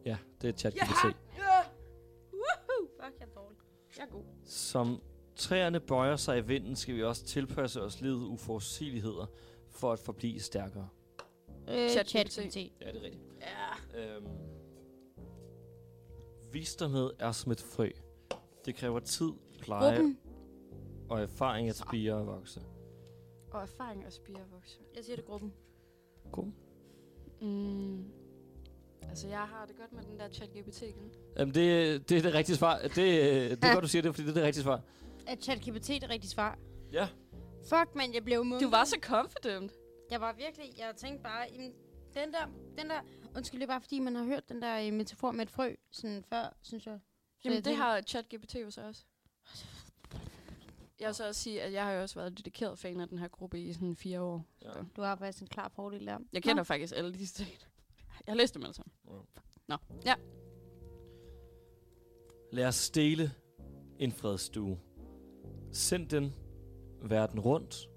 B: Ja, det er ChatGPT.
C: Woohoo! Fuck, jeg er dårlig.
D: Jeg er god.
B: Som træerne bøjer sig i vinden, skal vi også tilpasse os livet uforudsigeligheder for at forblive stærkere.
C: Øh,
D: ChatGPT.
C: ChatGPT.
B: Ja, det er rigtigt.
G: Ja.
B: Øhm. Visdomhed er som et frø. Det kræver tid, pleje
C: Gruppen.
B: og erfaring at spire og vokse.
D: Og erfaring og spire vokser.
C: Jeg siger det gruppen.
B: Gruppen?
D: Mm. Altså, jeg har det godt med den der chat-GPT igen.
B: Jamen, det, det er det rigtige svar. Det, øh, det er
C: Ja.
B: godt, du siger det, fordi det er det rigtige svar.
C: Er ChatGPT det rigtige svar?
B: Ja.
C: Fuck, mand, jeg blev mundtlig.
D: Du var så confident.
C: Jeg var virkelig, jeg tænkte bare, jamen, den der, den der, undskyld, det er bare fordi, man har hørt den der øh, metafor med et frø, sådan før, synes jeg. Så
D: Jamen,
C: jeg
D: det
C: tænker-
D: har ChatGPT jo så også. Jeg vil så også sige, at jeg har jo også været dedikeret fan af den her gruppe i sådan fire år.
C: Du har faktisk en klar fordel der.
D: Jeg kender faktisk alle de steder. Jeg har læst dem alle sammen.
B: Lad os stille en fredsstue. Send den verden rundt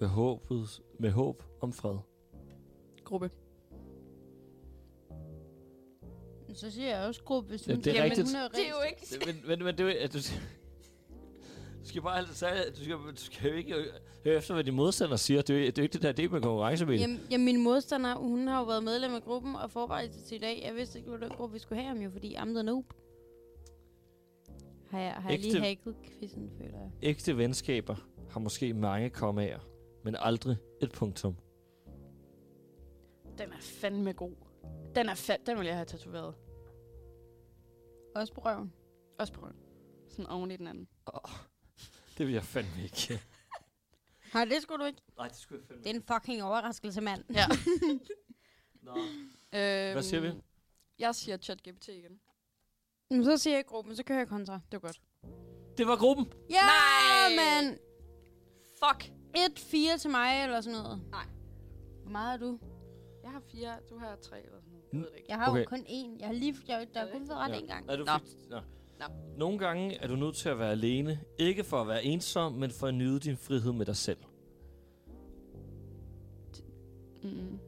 B: med, håbet, med håb om fred.
D: Gruppe.
C: Nå. Så siger jeg også gruppe, hvis
B: Ja,
C: hun
B: det er
C: Jamen,
B: rigtigt.
C: Hun er
D: Det er jo ikke...
B: Det- men, men, men det er jo- at du, skal- du skal bare altså, du skal, du skal jo ikke høre efter, hvad din modstander siger. Det er, jo- det er jo ikke det der idé med konkurrencebil.
C: Jamen, jamen, min modstander, hun har jo været medlem af gruppen og forberedt sig til i dag. Jeg vidste ikke, hvilken gruppe vi skulle have ham jo, fordi I'm the noob. Har jeg, har jeg lige
B: Ægte-
C: hacket quizzen, føler jeg.
B: Ægte venskaber har måske mange kommaer, men aldrig et punktum.
D: Den er fandme god. Den er fa- Den vil jeg have tatoveret.
C: Også på røven.
D: Også på ryggen. Sådan oven i den anden.
B: Det vil jeg fandme ikke.
C: Nej, det skulle du ikke.
B: Nej, det skulle jeg fandme
C: Det er en fucking overraskelse, mand.
D: Ja.
B: Nå.
D: Øhm,
B: Hvad siger vi?
D: Jeg siger ChatGPT igen.
C: Men så siger jeg gruppen, så kører jeg kontra.
D: Det var godt.
B: Det var gruppen.
C: Ja,
D: Nej!
C: mand!
D: Fuck!
C: 1-4 til mig, eller sådan noget.
D: Nej.
C: Hvor meget har du?
D: Jeg har fire, du har tre eller sådan noget. Jeg ved det ikke.
C: Jeg har okay.
B: Okay.
C: jo kun én. Jeg har lige, jeg, der er kun været ret
B: Ja.
C: én gang.
B: Er du
D: Nå.
B: fik- Nå.
D: Nå.
B: Nogle gange er du nødt til at være alene. Ikke for at være ensom, men for at nyde din frihed med dig selv.
D: Mm.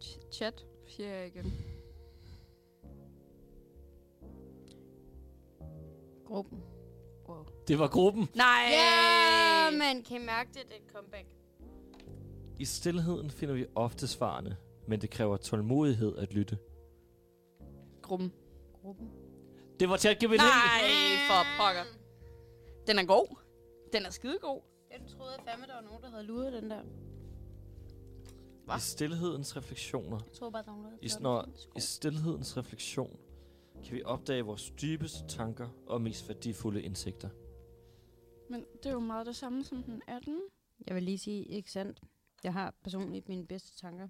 D: Ch- chat siger jeg igen.
C: Gruppen.
D: Wow.
B: Det var gruppen.
D: Nej!
C: Ja, man kan I mærke det, det er et comeback.
B: I stillheden finder vi ofte svarene, men det kræver tålmodighed at lytte.
D: Gruppen.
C: Gruppen.
B: Det var ChatGPT.
D: Nej, for pokker. Den er god. Den er skidegod.
C: Den troede jeg fandme, der var nogen, der havde luret den der.
B: I stillhedens refleksioner
C: Jeg troede bare, der var nogen, der havde
B: I,
C: taget den.
B: når, I stillhedens refleksion kan vi opdage vores dybeste tanker og mest værdifulde indsigter.
D: Men det er jo meget det samme som den 18.
C: Jeg vil lige sige, ikke sandt. Jeg har personligt mine bedste tanker,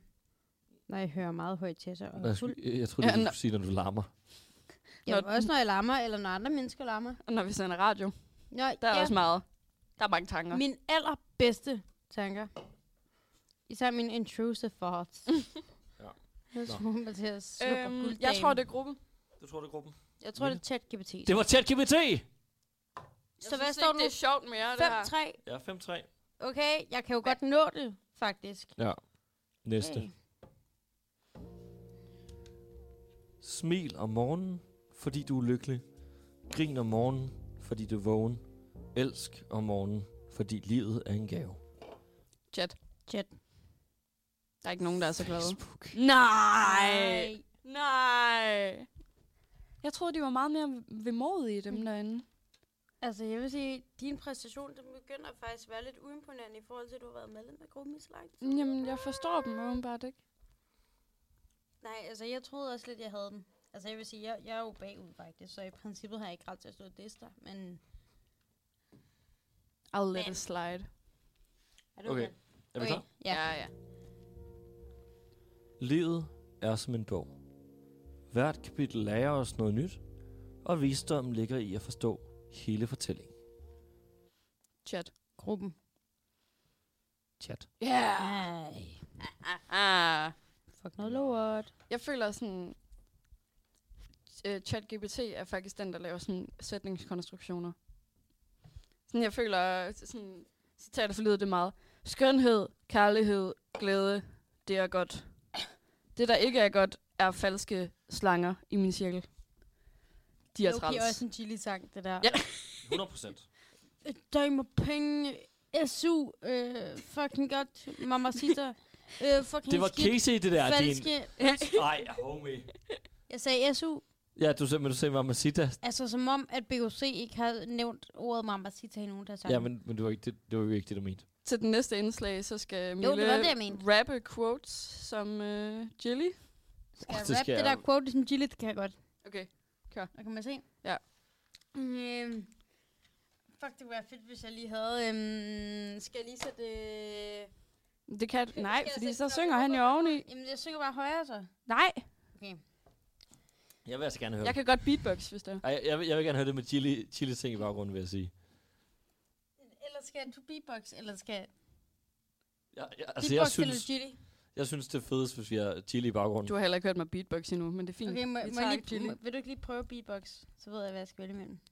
C: når jeg hører meget højt til sig. Og er
B: Jeg,
C: fuld.
B: skulle, jeg tror, du
D: Ja, nå.
B: skulle sige, når du larmer.
C: Jamen,
D: Når-
C: også når jeg larmer, eller når andre mennesker larmer.
D: Og når vi sender radio,
C: Nå,
D: der er ja. også meget. Der er mange tanker.
C: Mine allerbedste tanker. Især mine intrusive thoughts.
B: Ja.
C: Jeg
B: Nå.
C: tror, man til at slukke
D: Øhm, jeg tror, det er gruppen.
B: Du tror, det er gruppen?
C: jeg tror, det er tæt GPT.
B: Mm. Det var ChatGPT!
C: Så hvad står du?
D: det er sjovt mere, det her.
C: 5-3.
B: Ja, 5-3.
C: Okay, jeg kan jo godt nå det, faktisk.
B: Ja. Næste.
C: Hey.
B: Smil om morgenen, fordi du er lykkelig. Grin om morgenen, fordi du er vågen. Elsk om morgenen, fordi livet er en gave.
D: Chat.
C: Chat.
D: Der er ikke nogen, der er så glade.
B: Facebook.
D: Nej! Nej! Jeg troede, de var meget mere vemodige, dem derinde.
C: Altså, jeg vil sige, din præstation, den begynder faktisk at være lidt uimponerende i forhold til, at du har været medlem af gruppen i så lang tid.
D: Jamen, jeg forstår dem åbenbart ikke.
C: Nej, altså, jeg troede også lidt, jeg havde den. Altså, jeg vil sige, jeg, jeg er jo bagud faktisk, så i princippet har jeg ikke ret til at stå og disse dig, men...
D: I'll
C: let
D: let
C: Men- it
D: it slide.
C: Er
B: Okay. Er vi
C: okay.
B: klar?
C: Ja. ja.
D: ja.
B: Livet er som en bog. Hvert kapitel lærer os noget nyt, og visdommen ligger i at forstå hele fortællingen.
D: Chat.
C: Gruppen.
B: Chat.
D: Yeah!
C: Ej.
D: Ah.
C: Fuck noget lort.
D: Jeg føler sådan... øh, ChatGPT er faktisk den, der laver sådan sætningskonstruktioner. Sådan, jeg føler, øh, sådan, citater forlyder det meget. Skønhed, kærlighed, glæde, det er godt. Det, der ikke er godt, er falske slanger i min cirkel. De er
C: Okay,
D: træls.
C: også en chili-sang, det der.
D: Ja.
B: 100 procent.
C: Øh, Døj mig penge. SU. Øh, fucking godt. Mamma sitter. Øh, fucking
B: Det var
C: skidt.
B: Casey, det der. Din...
C: Falske.
B: Ej, homie.
C: Jeg sagde SU.
B: Ja, du, sagde- men du sagde Mamacita.
C: Altså, som om, at BOC ikke har nævnt ordet mamacita i nogen, der sang.
B: Ja, men, men det, var ikke det, det var jo ikke det, du mente.
D: Til den næste indslag, så skal Mille
C: det var det, jeg mente.
D: rappe quotes som øh, Jilly.
C: Skal
B: Åh, det
C: jeg rappe
B: skal
C: det
B: jeg-
C: der quote, det er sådan Gilly, det kan jeg godt.
D: Okay.
C: Og kan man se?
D: Ja.
C: Øhm. Fuck, det kunne være fedt, hvis jeg lige havde... Øhm, skal jeg lige sætte... Øh,
D: Det kan
C: Skal
D: Nej,
C: jeg
D: fordi
C: sætte
D: så
C: den op
D: synger
C: i
D: han jo oveni.
C: jamen, jeg synger bare højere, så.
D: Nej,
B: Jeg vil altså gerne høre
D: jeg
B: jeg,
D: kan godt beatbox, hvis det er.
B: Ej, jeg, vil, jeg vil gerne høre det med chili, chili ting i baggrunden, vil jeg sige.
C: Eller skal du beatbox, eller skal...
B: Jeg, jeg,
C: Altså,
B: altså,
C: beatbox
B: jeg
C: eller
B: synes,
C: Gilly?
B: jeg synes, det er fedest, hvis vi har chili i baggrunden.
D: Du har heller ikke hørt mig beatbox endnu, men det er fint.
C: Okay, må,
D: Vi
C: må
D: tager
C: jeg
D: ikke Gilly.
C: lige, må, vil du ikke lige prøve beatbox? Så ved jeg, hvad jeg skal vælge imellem.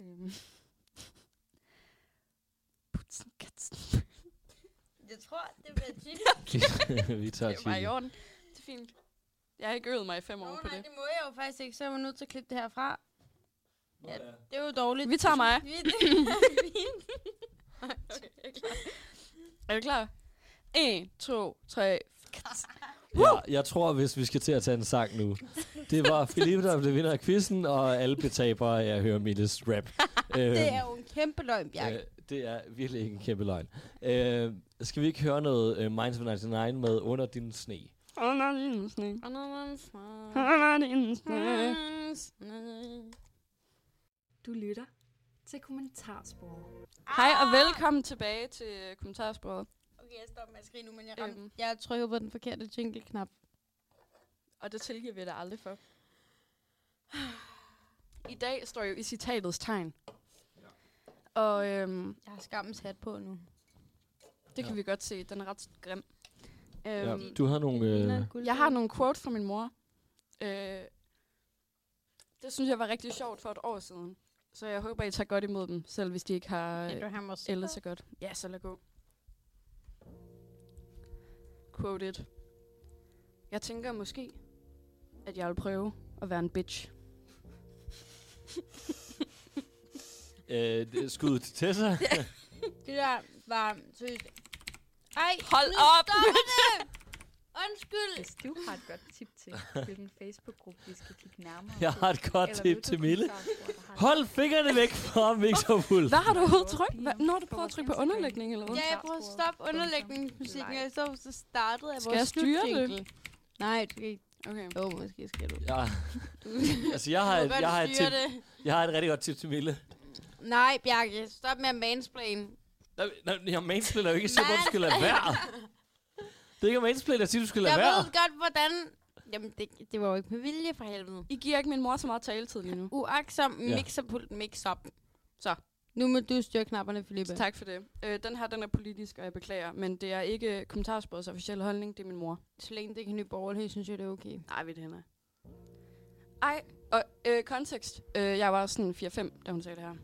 D: Øhm. Putsen, katsen.
C: Jeg tror, det bliver Gilly.
B: vi tager
D: Det var i
B: chili.
D: orden. Det er fint. Jeg har ikke øvet mig i fem
C: Nå,
D: år på
C: nej,
D: det.
C: det må jeg jo faktisk ikke, så er man nødt til at klippe det her fra.
B: Nå, ja.
C: Det er jo dårligt.
D: Vi tager mig.
C: Vi, det,
D: Er du klar? 1, 2, 3.
B: Ja, jeg tror, hvis vi skal til at tage en sang nu. Det var Philippe, der blev vinder af quizzen, og alle blev tabere af at høre Milles rap.
C: det
B: Øhm,
C: er jo en kæmpe løgn, Bjarke.
B: Øh, det er virkelig ikke en kæmpe løgn. Øh, skal vi ikke høre noget uh, Minds of 99 med Under din sne?
D: Under din sne.
C: Øh.
D: Under din sne.
F: Du lytter til kommentarsporet.
D: Hej og velkommen tilbage til øh, kommentarsporet.
C: Ah, Okay, jeg stopper med at skrige nu, men jeg, ramte,
D: Øhm,
C: jeg trykker på den forkerte jingle-knap.
D: og det tilgiver vi dig aldrig for. I dag står jo i citatets tegn. Og øhm,
C: Jeg har skammens hat på nu.
B: Øh.
D: det kan
B: Ja.
D: vi godt se, den er ret grim.
B: Ja,
D: Øhm,
B: du har nogle... Øh,
D: Jeg har nogle quotes fra min mor. Øh, det synes jeg var rigtig sjovt for et år siden. Så jeg håber, I tager godt imod dem, selv hvis de ikke har
C: Vil
D: øh,
C: du have mig så?
D: ældet så godt. Ja, så lad gå. Quote it. Jeg tænker måske, at jeg vil prøve at være en bitch.
B: øh, det- skud til Tessa.
C: Det der var seriøst. Ej,
D: Hold
C: nu
D: op!
C: stopper det! Undskyld!
E: Hvis du har et godt tip til, hvilken Facebook-gruppe vi skal kigge nærmere
B: Jeg
E: på,
B: har et godt
E: eller
B: tip
E: hvilket
B: til Mille.
E: kommentarspor, der har det.
B: Hold fingrene væk fra mikrofon.
D: Hvad har du
E: overhovedet
D: udtrykt?
E: trykt? Hva-
D: Når du prøver at trykke på underlægning eller
C: Ja,
D: hvad?
C: jeg prøver at stoppe underlægningsmusikken, og så, så startede jeg
D: Skal
C: vores
D: jeg styre det?
C: slutjingle. Nej, du kan ikke.
D: Okay.
C: Jo, måske skal du.
B: Ja. altså, jeg har,
C: Du må
B: et,
C: godt
B: jeg, har et
C: styre
B: tip,
C: det.
B: jeg har et rigtig godt tip til Mille.
C: Nej, Bjarke, stop med at mansplane.
B: Nej, nej, jeg mansplainer jo ikke, så
C: Nej.
B: du skal lade være. Det er ikke at mansplain, jeg siger, du skal lade
C: Jeg
B: være.
C: ved godt, hvordan... Jamen, det, det var jo ikke med vilje for helvede.
D: I giver ikke min mor så meget taletid lige nu.
C: Uaksom
B: Ja.
C: mixerpult mix-up. Så, nu må du styre knapperne, Filippe.
D: Tak for det. Øh, den her, den er politisk, og jeg beklager, men det er ikke kommentarsporets officielle holdning, det er min mor.
C: Så længe det ikke er nye borgerlige, synes jeg, det er okay.
D: Nej, ved det hende. Ej, og øh, kontekst. Øh, jeg var sådan 4-5, da hun sagde det her.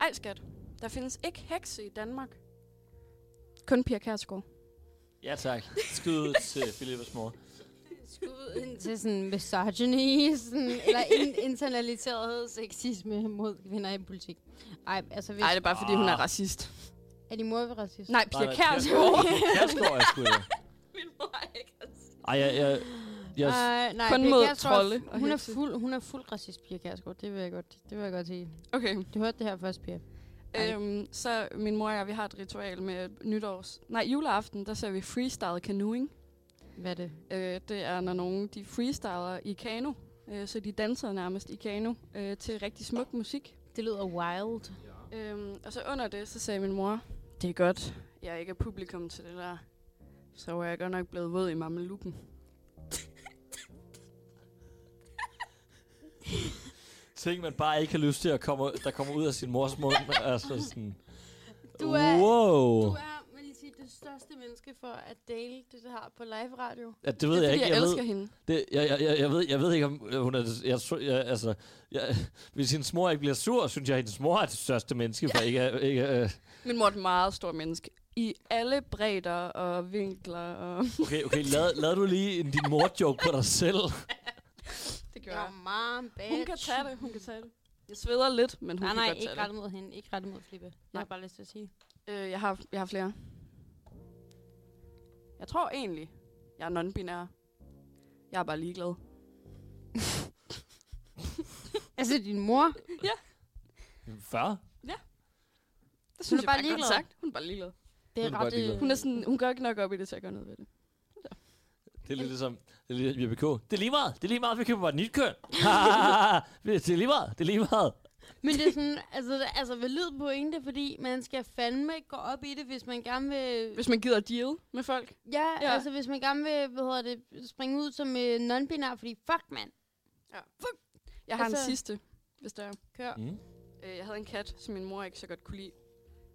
D: Ej, skat. Der findes ikke hekse i Danmark. Kun Pia Kærsgaard.
B: Ja, tak. Skud til Philippes mor.
C: Skud ind til sådan misogyny, sådan, eller in- internaliseret sexisme mod kvinder i politik. Ej, altså hvis...
D: Nej, det er bare fordi, hun er
B: Ah.
D: racist.
C: Er din mor ved racist?
D: Nej,
B: Nej,
D: Pia
B: nej,
D: Kærsgaard.
B: Kærsgaard er sgu da.
D: min mor er ikke
B: Ej, jeg, jeg, jeg,
C: Ej, Øh, nej,
D: Kun
C: Pia
D: mod
C: Kjærsgaard-
D: trolde og
C: Hun er,
D: hekse.
C: fuld, hun er fuld racist, Pia Kærsgaard. Det vil jeg godt, det vil jeg godt sige.
D: Okay.
C: Du hørte det her først, Pia. Ej.
D: Øhm, så min mor og jeg, vi har et ritual med nytårs... Nej, juleaften, der ser vi freestyle canoeing.
C: Hvad er det?
D: Øh, det er, når nogen de freestyler i kano. Øh, så de danser nærmest i kano øh, til rigtig smuk musik.
C: Det lyder wild.
D: Øhm, og så under det, så sagde min mor, det er godt, jeg ikke er publikum til det der. Så var jeg godt nok blevet våd i mammeluppen.
B: ting, man bare ikke har lyst til, at komme, der kommer ud af sin mors mund. altså sådan,
C: Du er-
B: wow.
C: Du er, vil jeg sige, det største menneske for at dele det her på live radio.
B: ja, det
D: Det
B: ved
D: er,
B: jeg
D: fordi
B: ikke.
D: jeg,
B: Jeg,
D: elsker
B: ved,
D: hende.
B: det, jeg, jeg, jeg, jeg, ved, jeg ved ikke, om øh, hun er... det- Jeg, jeg, jeg, altså, jeg, hvis hendes mor ikke bliver sur, synes jeg, at hendes mor er det største menneske, for ikke... er- ikke øh.
D: Min mor er et meget stort menneske. I alle bredder og vinkler. Og
B: Okay, okay, lad, lad du lige en, din mor-joke på dig selv.
D: det gør
C: Ja,
D: jeg.
C: mom, bitch.
D: Hun kan tage det, hun kan tage det. Jeg sveder lidt, men hun
C: Nej,
D: kan
C: nej,
D: godt
C: ikke
D: tage det.
C: rettet mod hende. Ikke rettet mod Flippe. Jeg
D: Nej.
C: har bare lyst til at sige.
D: Øh, jeg, har, jeg har flere. Jeg tror egentlig, jeg er non-binær. Jeg er bare ligeglad.
C: Altså din mor?
B: Far?
D: Det
C: synes
D: synes
C: Hun er jeg bare
D: jeg bare,
C: bare godt ligeglad.
D: godt
C: sagt.
D: sagt. Hun er bare ligeglad.
C: Det øh,
B: Hun er bare ligeglad.
D: Hun, er sådan, hun gør ikke nok op i det, så jeg gør noget ved det.
B: Det er lidt ligesom, det er lidt ligesom JBK. Det er lige meget, det er lige meget, vi køber bare et nyt køn. det er lige meget, det er lige meget.
C: Men det er sådan, altså, altså valid pointe, fordi man skal fandme gå op i det, hvis man gerne vil...
D: Hvis man gider deal med folk.
C: Ja, ja.
D: Ja.
C: altså hvis man gerne vil, hvad hedder det, springe ud som øh, non-binær, fordi fuck mand,
D: Jeg har altså...
C: Altså-
D: en sidste, hvis der er.
C: kør.
B: Mm.
D: Øh, jeg havde en kat, som min mor ikke så godt kunne lide.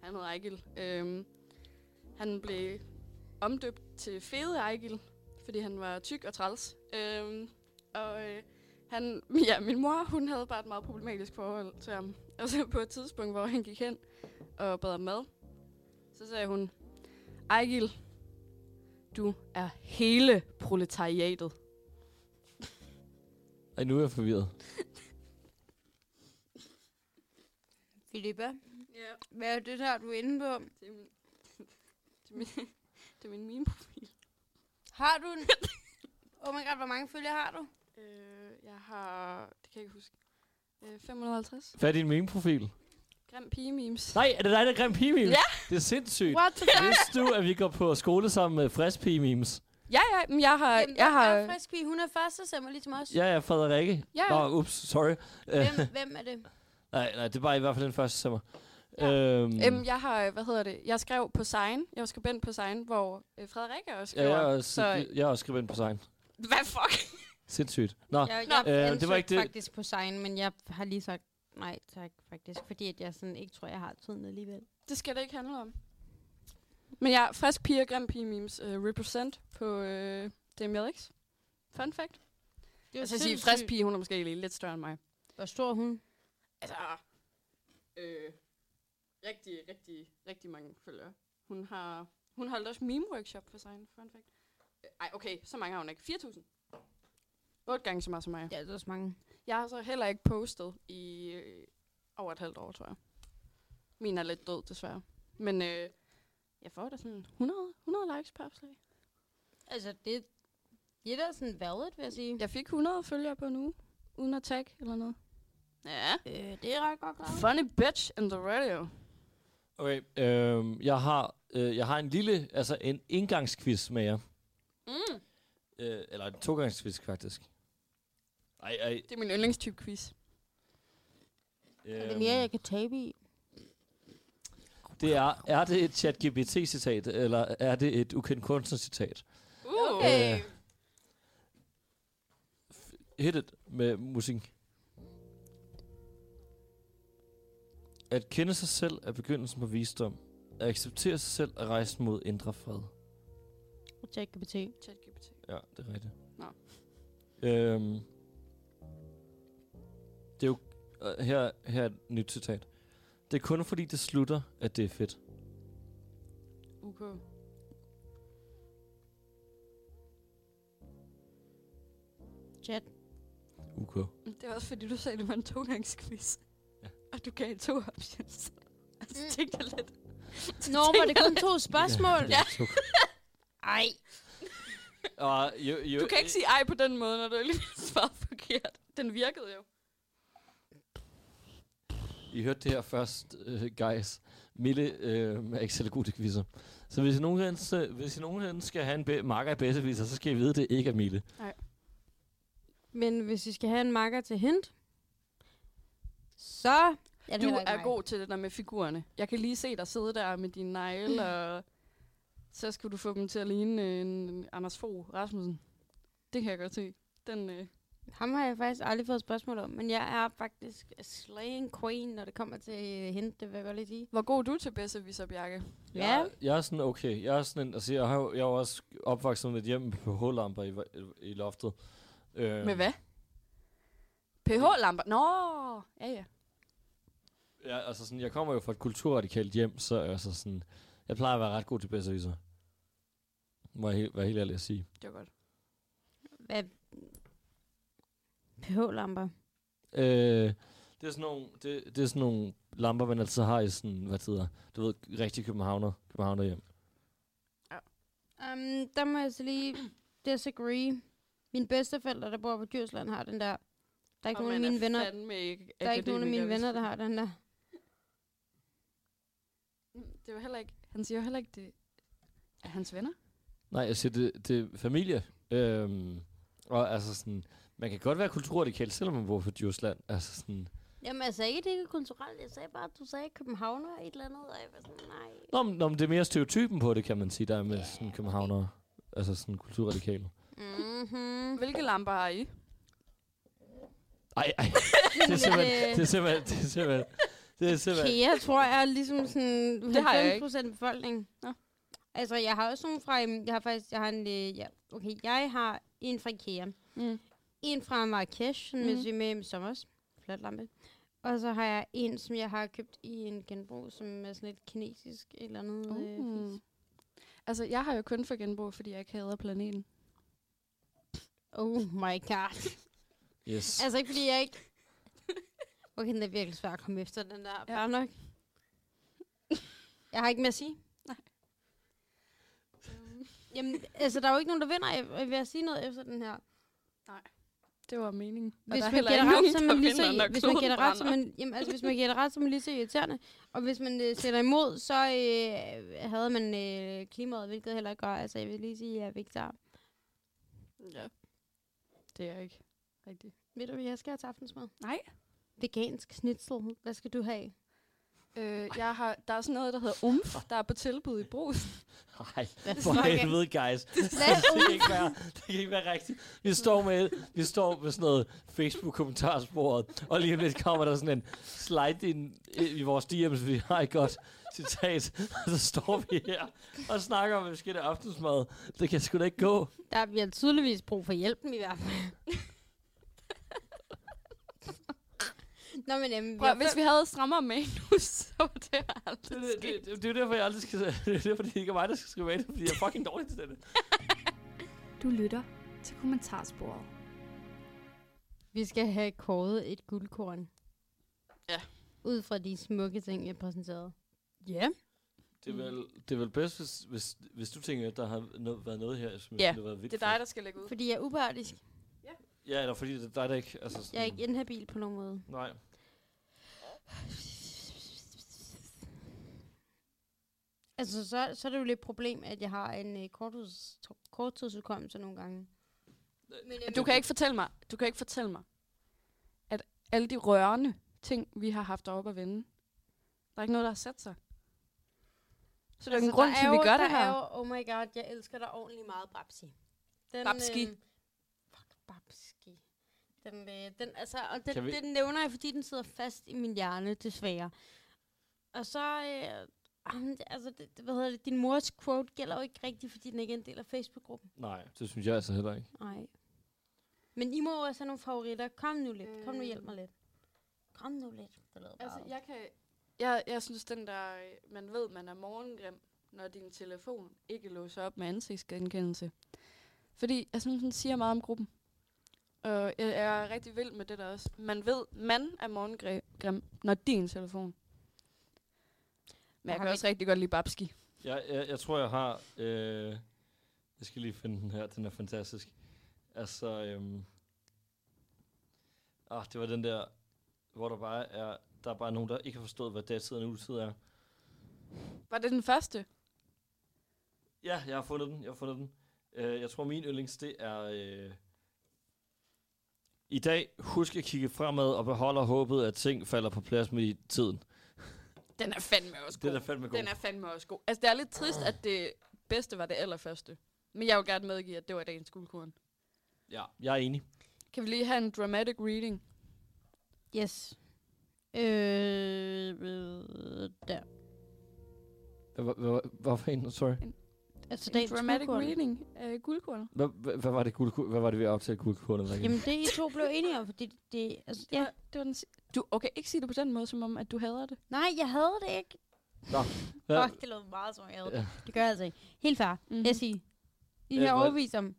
D: Han hed Ejgil. Øhm, han blev omdøbt til Fede Ejgil, fordi han var tyk og træls. Øhm, og øh, han, ja, min mor, hun havde bare et meget problematisk forhold til ham. Og så på et tidspunkt, hvor han gik hen og bad om mad, så sagde hun, Ejgil, du er hele proletariatet.
B: Ej, nu er jeg forvirret.
C: Filippa,
D: Ja,
C: hvad er det der, du er inde på?
D: det er min, det er min, det er min meme-profil.
C: Har du en... oh my god, hvor mange følger har du?
D: Øh, jeg har... Det kan jeg ikke huske. Øh, 550.
B: Hvad er din meme-profil?
D: Grim pige memes.
B: Nej, er det dig, der er grim pige
D: Ja.
B: Det er sindssygt.
C: What the
B: Vidste du, at vi går på skole sammen med frisk pige memes?
D: Ja, ja, men jeg har...
C: Jamen,
D: jeg har
C: der er en frisk pige, hun er første semmer ligesom os.
B: Ja, ja, Frederikke.
D: Ja, ja.
B: Nå, ups, sorry. Øh,
C: Hvem, hvem er det?
B: nej, nej, det er bare i hvert fald den første semmer.
D: Ja.
B: Øhm,
D: øhm, jeg har, hvad hedder det, jeg skrev på Sign, jeg var skribent på Sign, hvor øh, Frederikke også
B: ja,
D: skriver.
B: jeg, er også,
D: så,
B: jeg er også skribent på sign.
D: hvad fuck?
B: Sindssygt. Nå, ja.
C: Jeg,
B: Øh, det var
C: jeg øh,
B: ikke det-
C: faktisk på sign, men jeg har lige sagt nej tak faktisk, fordi at jeg sådan ikke tror, jeg har tiden alligevel.
D: Det skal det ikke handle om. Men jeg er frisk pige og grim pige memes øh, represent på øh, DMLX. Fun fact.
C: Det
D: Altså, jeg siger, frisk pige, hun er måske lige lidt større end mig.
C: Hvor stor er hun?
D: altså, øh, rigtig, rigtig, rigtig mange følgere. Hun har, hun holdt også meme workshop for sig, fun fact. Øh, Ej, okay, så mange har hun ikke. 4.000. Otte gange så meget som mig.
C: Det er altså også mange.
D: Jeg har så heller ikke postet i øh, over et halvt år, tror jeg. Min er lidt død, desværre. Men øh, jeg får da sådan 100, 100 likes per opslag.
C: Altså, det, det er da sådan valid, vil jeg sige.
D: Jeg fik 100 følgere på en uge, uden at tagge eller noget. Ja.
C: Øh, det er ret godt klaret.
D: Funny bitch in the radio.
B: okay. Øhm, jeg, har, øh, jeg har en lille, altså en indgangsquiz med jer.
D: Mm.
B: Øh, eller en togangsquiz, faktisk. Ej, ej.
D: Det er min yndlingstype quiz.
C: Er det mere, jeg kan tabe i?
B: øhm, det er, er det et ChatGPT-citat, eller er det et ukendt kunstner-citat?
D: Uh.
C: Øh.
B: Okay. Øh, Hit it med musik. At kende sig selv er begyndelsen på visdom. At acceptere sig selv er rejsen mod indre fred.
C: Check GPT.
D: ChatGPT.
B: Ja, det er rigtigt.
D: Nå.
B: Øhm, det er jo... øh, Her, her er et nyt citat. Det er kun fordi, det slutter, at det er fedt.
D: UK.
C: Chat.
B: UK.
D: Det er også fordi, du sagde, det var en togangsquiz.
B: Ja.
D: Og du gav to options. altså,
C: Mm.
D: tænk dig lidt.
C: Nå, var det kun to spørgsmål?
B: Ja.
C: Ej.
B: Og, Ah, jo, jo,
D: Du kan ikke sige ej på den måde, når du lige svarede forkert. Den virkede jo.
B: I hørte det her først, øh, guys. Mille øh, er ikke særlig god til quizzer. Så hvis I nogensinde, hvis I nogensinde skal have en be- marker i bedste viser, så skal I vide, at det ikke er Mille.
C: Men hvis vi skal have en marker til hint, så... Ja,
D: Du er god til det der med figurerne. Jeg kan lige se dig sidde der med dine negle, og så skulle du få dem til at ligne øh, en Anders Fogh Rasmussen. Det kan jeg godt se. Den, øh,
C: Ham har jeg faktisk aldrig fået spørgsmål om, men jeg er faktisk a slaying queen, når det kommer til øh, hint, det vil jeg godt lige sige.
D: hvor god er du til bedste, viser Bjarke?
C: Ja.
B: Jeg, jeg er sådan, okay, jeg er sådan en, altså jeg, har, jo- jeg er jo også opvokset med et hjem på hullamper i, i loftet. Øh,
D: Med hvad? PH-lamper? Nå, ja ja.
B: Ja, altså sådan, jeg kommer jo fra et kulturradikalt hjem, så altså sådan, jeg plejer at være ret god til bedsteviser. Må jeg he- være helt ærlig at sige.
D: Det var godt.
C: Hvad? PH-lamper.
B: Øh, det er sådan nogle, det, det er sådan nogle lamper, man altid har i sådan, hvad tider, du ved, rigtig københavner, københavner hjem.
C: Um, der må jeg så lige disagree. Mine bedsteforældre, der bor på Djursland, har den der. Der er ikke nogen af mine venner, der er ikke nogen af mine venner, der har den der.
D: Det er jo heller ikke, han siger jo heller ikke, det er hans venner.
B: Nej, jeg siger, det, det er familie. Øhm, og altså sådan, man kan godt være kulturradikal, selvom man bor på Djursland. Altså sådan,
C: Jamen, altså, jeg sagde ikke, det ikke er kulturelt. Jeg sagde bare, at du sagde københavner et eller andet. Og jeg var sådan, nej.
B: nå, men, nå, men det er mere stereotypen på det, kan man sige, der er med sådan københavnere. Altså sådan kulturradikale.
C: Mm-hmm.
D: Hvilke lamper har I?
B: Ej, ej. Det er simpelthen, det er simpelthen, det er simpelthen, det er simpelthen.
C: Kea, tror jeg, er ligesom sådan
D: Det har jeg
C: 90
D: ikke.
C: procent af befolkningen.
D: Nå.
C: Altså, jeg har også nogle fra... øhm, Jeg har faktisk... Jeg har en... øh, Ja, okay, jeg har en fra Ikea.
D: Mm.
C: En fra Marrakesh, mm.
D: Mhm.
C: med, med i sommer. Flot lampe. Og så har jeg en, som jeg har købt i en genbrug, som er sådan lidt kinesisk et eller andet. Øh,
D: Uh.
C: fis.
D: Altså, jeg har jo kun for genbrug, fordi jeg ikke hader planeten.
C: oh my god.
B: Yes.
C: altså ikke fordi jeg ikke... Okay, den er virkelig svær at komme efter, den der. Ja. Bare nok. Jeg har ikke mere at sige. Nej. Jamen, altså, der er jo ikke nogen, der vinder jeg- jeg ved at sige noget efter den her.
D: Det var meningen. Og
C: Hvis
D: der er
C: man
D: heller ikke
C: gætter ret,
D: nogen,
C: så er
D: der
C: man lige
D: vinder,
C: så,
D: når
C: hvis man
D: kloden
C: gætter ret, så er
D: brænder.
C: man, jamen, altså, hvis man gætter ret, så er man lige så irriterende. Og hvis man øh, sætter imod, så øh, havde man øh, klimaet, hvilket heller ikke gør. Altså, jeg vil lige sige, at jeg er vegetar.
D: Ja. Det er jeg ikke rigtigt.
C: Ved du, hvad jeg skal have til aftensmad?
D: Nej.
C: Vegansk snitsel. Hvad skal du have?
D: Øh, jeg har, der er sådan noget, der hedder umf, der er på tilbud i brus.
B: Ej, for
D: snakker-
B: helvede, guys. det, kan ikke være, det kan ikke være rigtigt. Vi står med, vi står med sådan noget Facebook-kommentarsporet, og lige om lidt kommer der sådan en slide ind i vores DM's, vi har et godt citat, og så står vi her og snakker om, at vi skal have aftensmad. Det kan sgu da ikke gå.
C: Der bliver tydeligvis brug for hjælpen i hvert fald. Nå, men jamen,
D: Prøv, hvis vi havde strammere manus, så var det her
B: Det,
D: aldrig
B: det,
D: sket.
B: det, det, det er jo derfor, jeg aldrig skal... Det er derfor, det ikke er mig, der skal skrive af det, fordi jeg er fucking dårlig til det.
F: Du lytter til kommentarsporet.
C: vi skal have kåret et guldkorn.
D: Ja.
C: Ud fra de smukke ting, jeg præsenterede. Ja.
B: Det er vel, det er vel bedst, hvis, hvis, hvis du tænker, at der har no- været noget her, som
D: Ja,
B: det har været vildt
D: Det er dig, der skal lægge ud.
C: Fordi jeg er upartisk.
B: fedt. Ja, eller fordi det er dig, der ikke... Altså sådan,
C: Jeg er ikke inhabil på nogen måde.
B: Nej.
C: Altså, så, så er det jo lidt et problem, at jeg har en øh, korttids, korttidsudkommelse nogle gange.
D: Men Du kan ikke fortælle mig, du kan ikke fortælle mig, at alle de rørende ting, vi har haft op at vende, der er ikke noget, der har sat sig. Så der er altså, en grund til, at vi gør det her.
C: Jo, oh my god, jeg elsker dig ordentligt meget, Babsi. Den,
D: Babski.
C: Øh, fuck, Babski. Den, øh, den, altså, og
B: Kan
C: den,
B: vi-
C: vi... den nævner jeg, fordi den sidder fast i min hjerne, desværre. Og så, øh, jamen, det- altså, det, det- hvad hedder det, din mors quote gælder jo ikke rigtigt, fordi den ikke er en del af Facebook-gruppen.
B: Nej, det synes jeg altså heller ikke.
C: Nej. Men I må jo også have nogle favoritter. Kom nu lidt. Kom nu, hjælp mig lidt. Kom nu lidt. Det lyder bare...
D: Øh. Altså, jeg kan... Jeg, jeg synes, den der... øh, Man ved, man er morgengrim, når din telefon ikke låser op med ansigtsgenkendelse. Fordi jeg synes, den siger meget om gruppen. Og jeg er rigtig vild med det der også. Man ved, man er morgengrim, når din telefon. Men jeg
C: har
D: kan
C: vi
D: også rigtig godt lide Babski.
B: Jeg, jeg, jeg tror, jeg har... Øh, jeg skal lige finde den her. Den er fantastisk. Altså... Øhm, ah, det var den der, hvor der bare er... Der er bare nogen, der ikke har forstået, hvad datid og nutid er.
D: Var det den første?
B: Ja, jeg har fundet den. Jeg har fundet den. Øh, jeg tror, min yndlings, det er... Øh, I dag, husk at kigge fremad og beholde håbet, at ting falder på plads med tiden.
D: Den er fandme også god.
B: Den er fandme god.
D: Den er fandme også god. Altså, det er lidt trist, at det bedste var det allerførste. Men jeg vil gerne medgive, at det var dagens guldkorn.
B: Ja, jeg er enig.
D: Kan vi lige have en dramatic reading?
C: Yes. Øh, øh, der.
B: Hvad hvad- hvad- hvad for en? Sorry.
C: Altså,
D: en
C: dagens
D: dramatic
C: guldkorn.
D: reading af guldkorn.
B: Hvad, hvad, hvad var det guldkur- Hvad var det, vi aftalte guldkurven?
C: Jamen, det I to blev enige om, fordi det... Altså, ja.
D: Det var den si- du, okay, ikke sige det på den måde, som om, at du hader det.
C: Nej, jeg havde det ikke.
B: Hvad?
C: Fuck, det lød meget som jeg havde det.
B: Ja.
C: Det gør jeg altså ikke. Helt fair.
D: Mm-hmm.
C: Jeg siger, I
B: Øh,
C: har
B: hvor-
C: overvist om...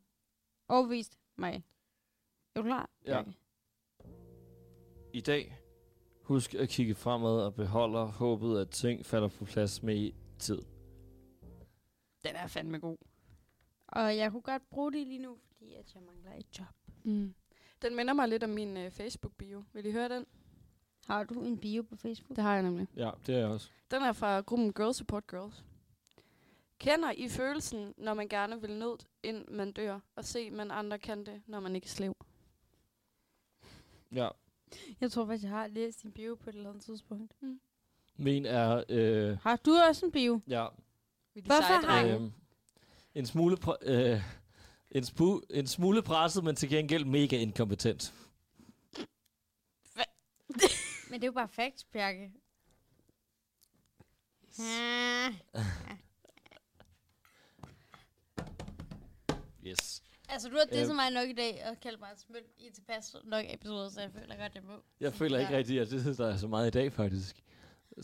C: Overvist mig. Er du klar?
B: Ja.
C: Okay.
B: I dag, husk at kigge fremad og beholde håbet, at ting falder på plads med i tid.
D: Den er fandme god.
C: Og jeg kunne godt bruge det lige nu, fordi at jeg mangler et job.
D: Mm. Den minder mig lidt om min øh, Facebook-bio. Vil I høre den?
C: Har du en bio på Facebook?
D: Det har jeg nemlig.
B: Ja, det er jeg også.
D: Den er fra gruppen Girls Support Girls. Kender I følelsen, når man gerne vil nød, ind man dør, og se, man andre kan det, når man ikke er slev?
B: Ja.
C: Jeg tror faktisk, jeg har læst din bio på et eller andet tidspunkt.
B: Min er... Øh,
C: Mm. Har du også en bio?
B: ja,
C: Hvorfor har
B: øh, en smule... Pr- øh, en, spu- en smule presset, men til gengæld mega inkompetent.
A: Men det er jo bare facts, Bjarke.
B: Yes.
G: Altså, du har det
B: Øhm.
G: som mig nok i dag, og kaldt mig en smøl i tilpas nok episoder, så jeg føler godt, det må.
B: Jeg føler ikke
G: Ja.
B: rigtig, at det der er så meget i dag, faktisk. Så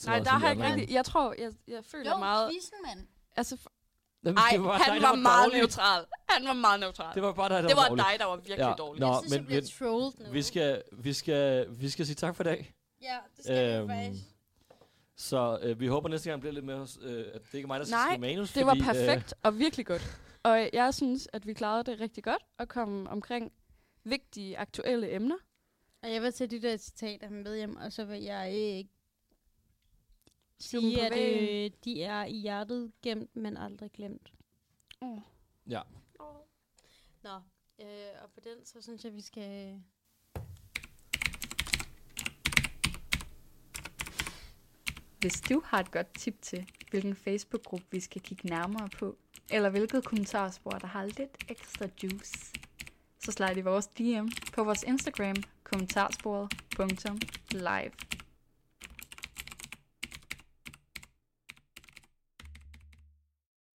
D: Nej,
B: meget
D: der
B: sådan
D: har jeg ikke
B: online.
D: rigtig... Jeg tror, jeg, jeg føler meget...
G: quizzen, mand.
D: Altså, f-
B: Jamen,
D: ej,
B: det var
D: han
B: dig, der
D: var, meget
B: dårlig.
D: neutral. Han var meget neutral.
B: Det var bare dig, der
D: Det var
B: dårlig.
D: dig, der var virkelig
B: Ja.
D: dårlig.
B: Nå,
G: Jeg synes,
B: men,
G: jeg bliver
B: men
G: trolled nu.
B: vi, skal, vi, skal, vi skal sige tak for i dag.
G: Ja, det skal
B: Øhm,
G: vi faktisk.
B: Så øh, vi håber næste gang bliver lidt mere... Øh, at det ikke er mig, der skal
D: Nej,
B: skrive manus.
D: Det var
B: fordi, øh,
D: perfekt og virkelig godt. Og øh, jeg synes, at vi klarede det rigtig godt at komme omkring vigtige, aktuelle emner.
C: Og jeg vil tage de der citater med hjem, og så vil jeg ikke
D: Skrive dem
C: sige,
D: på
C: at øh,
D: væggen.
C: de er i hjertet gemt, men aldrig glemt.
G: Nå, øh, og på den, så synes jeg, vi skal...
F: Hvis du har et godt tip til, hvilken Facebook-gruppe vi skal kigge nærmere på, eller hvilket kommentarspor, der har lidt ekstra juice, så slide i vores DM på vores Instagram kommentarsporet.live.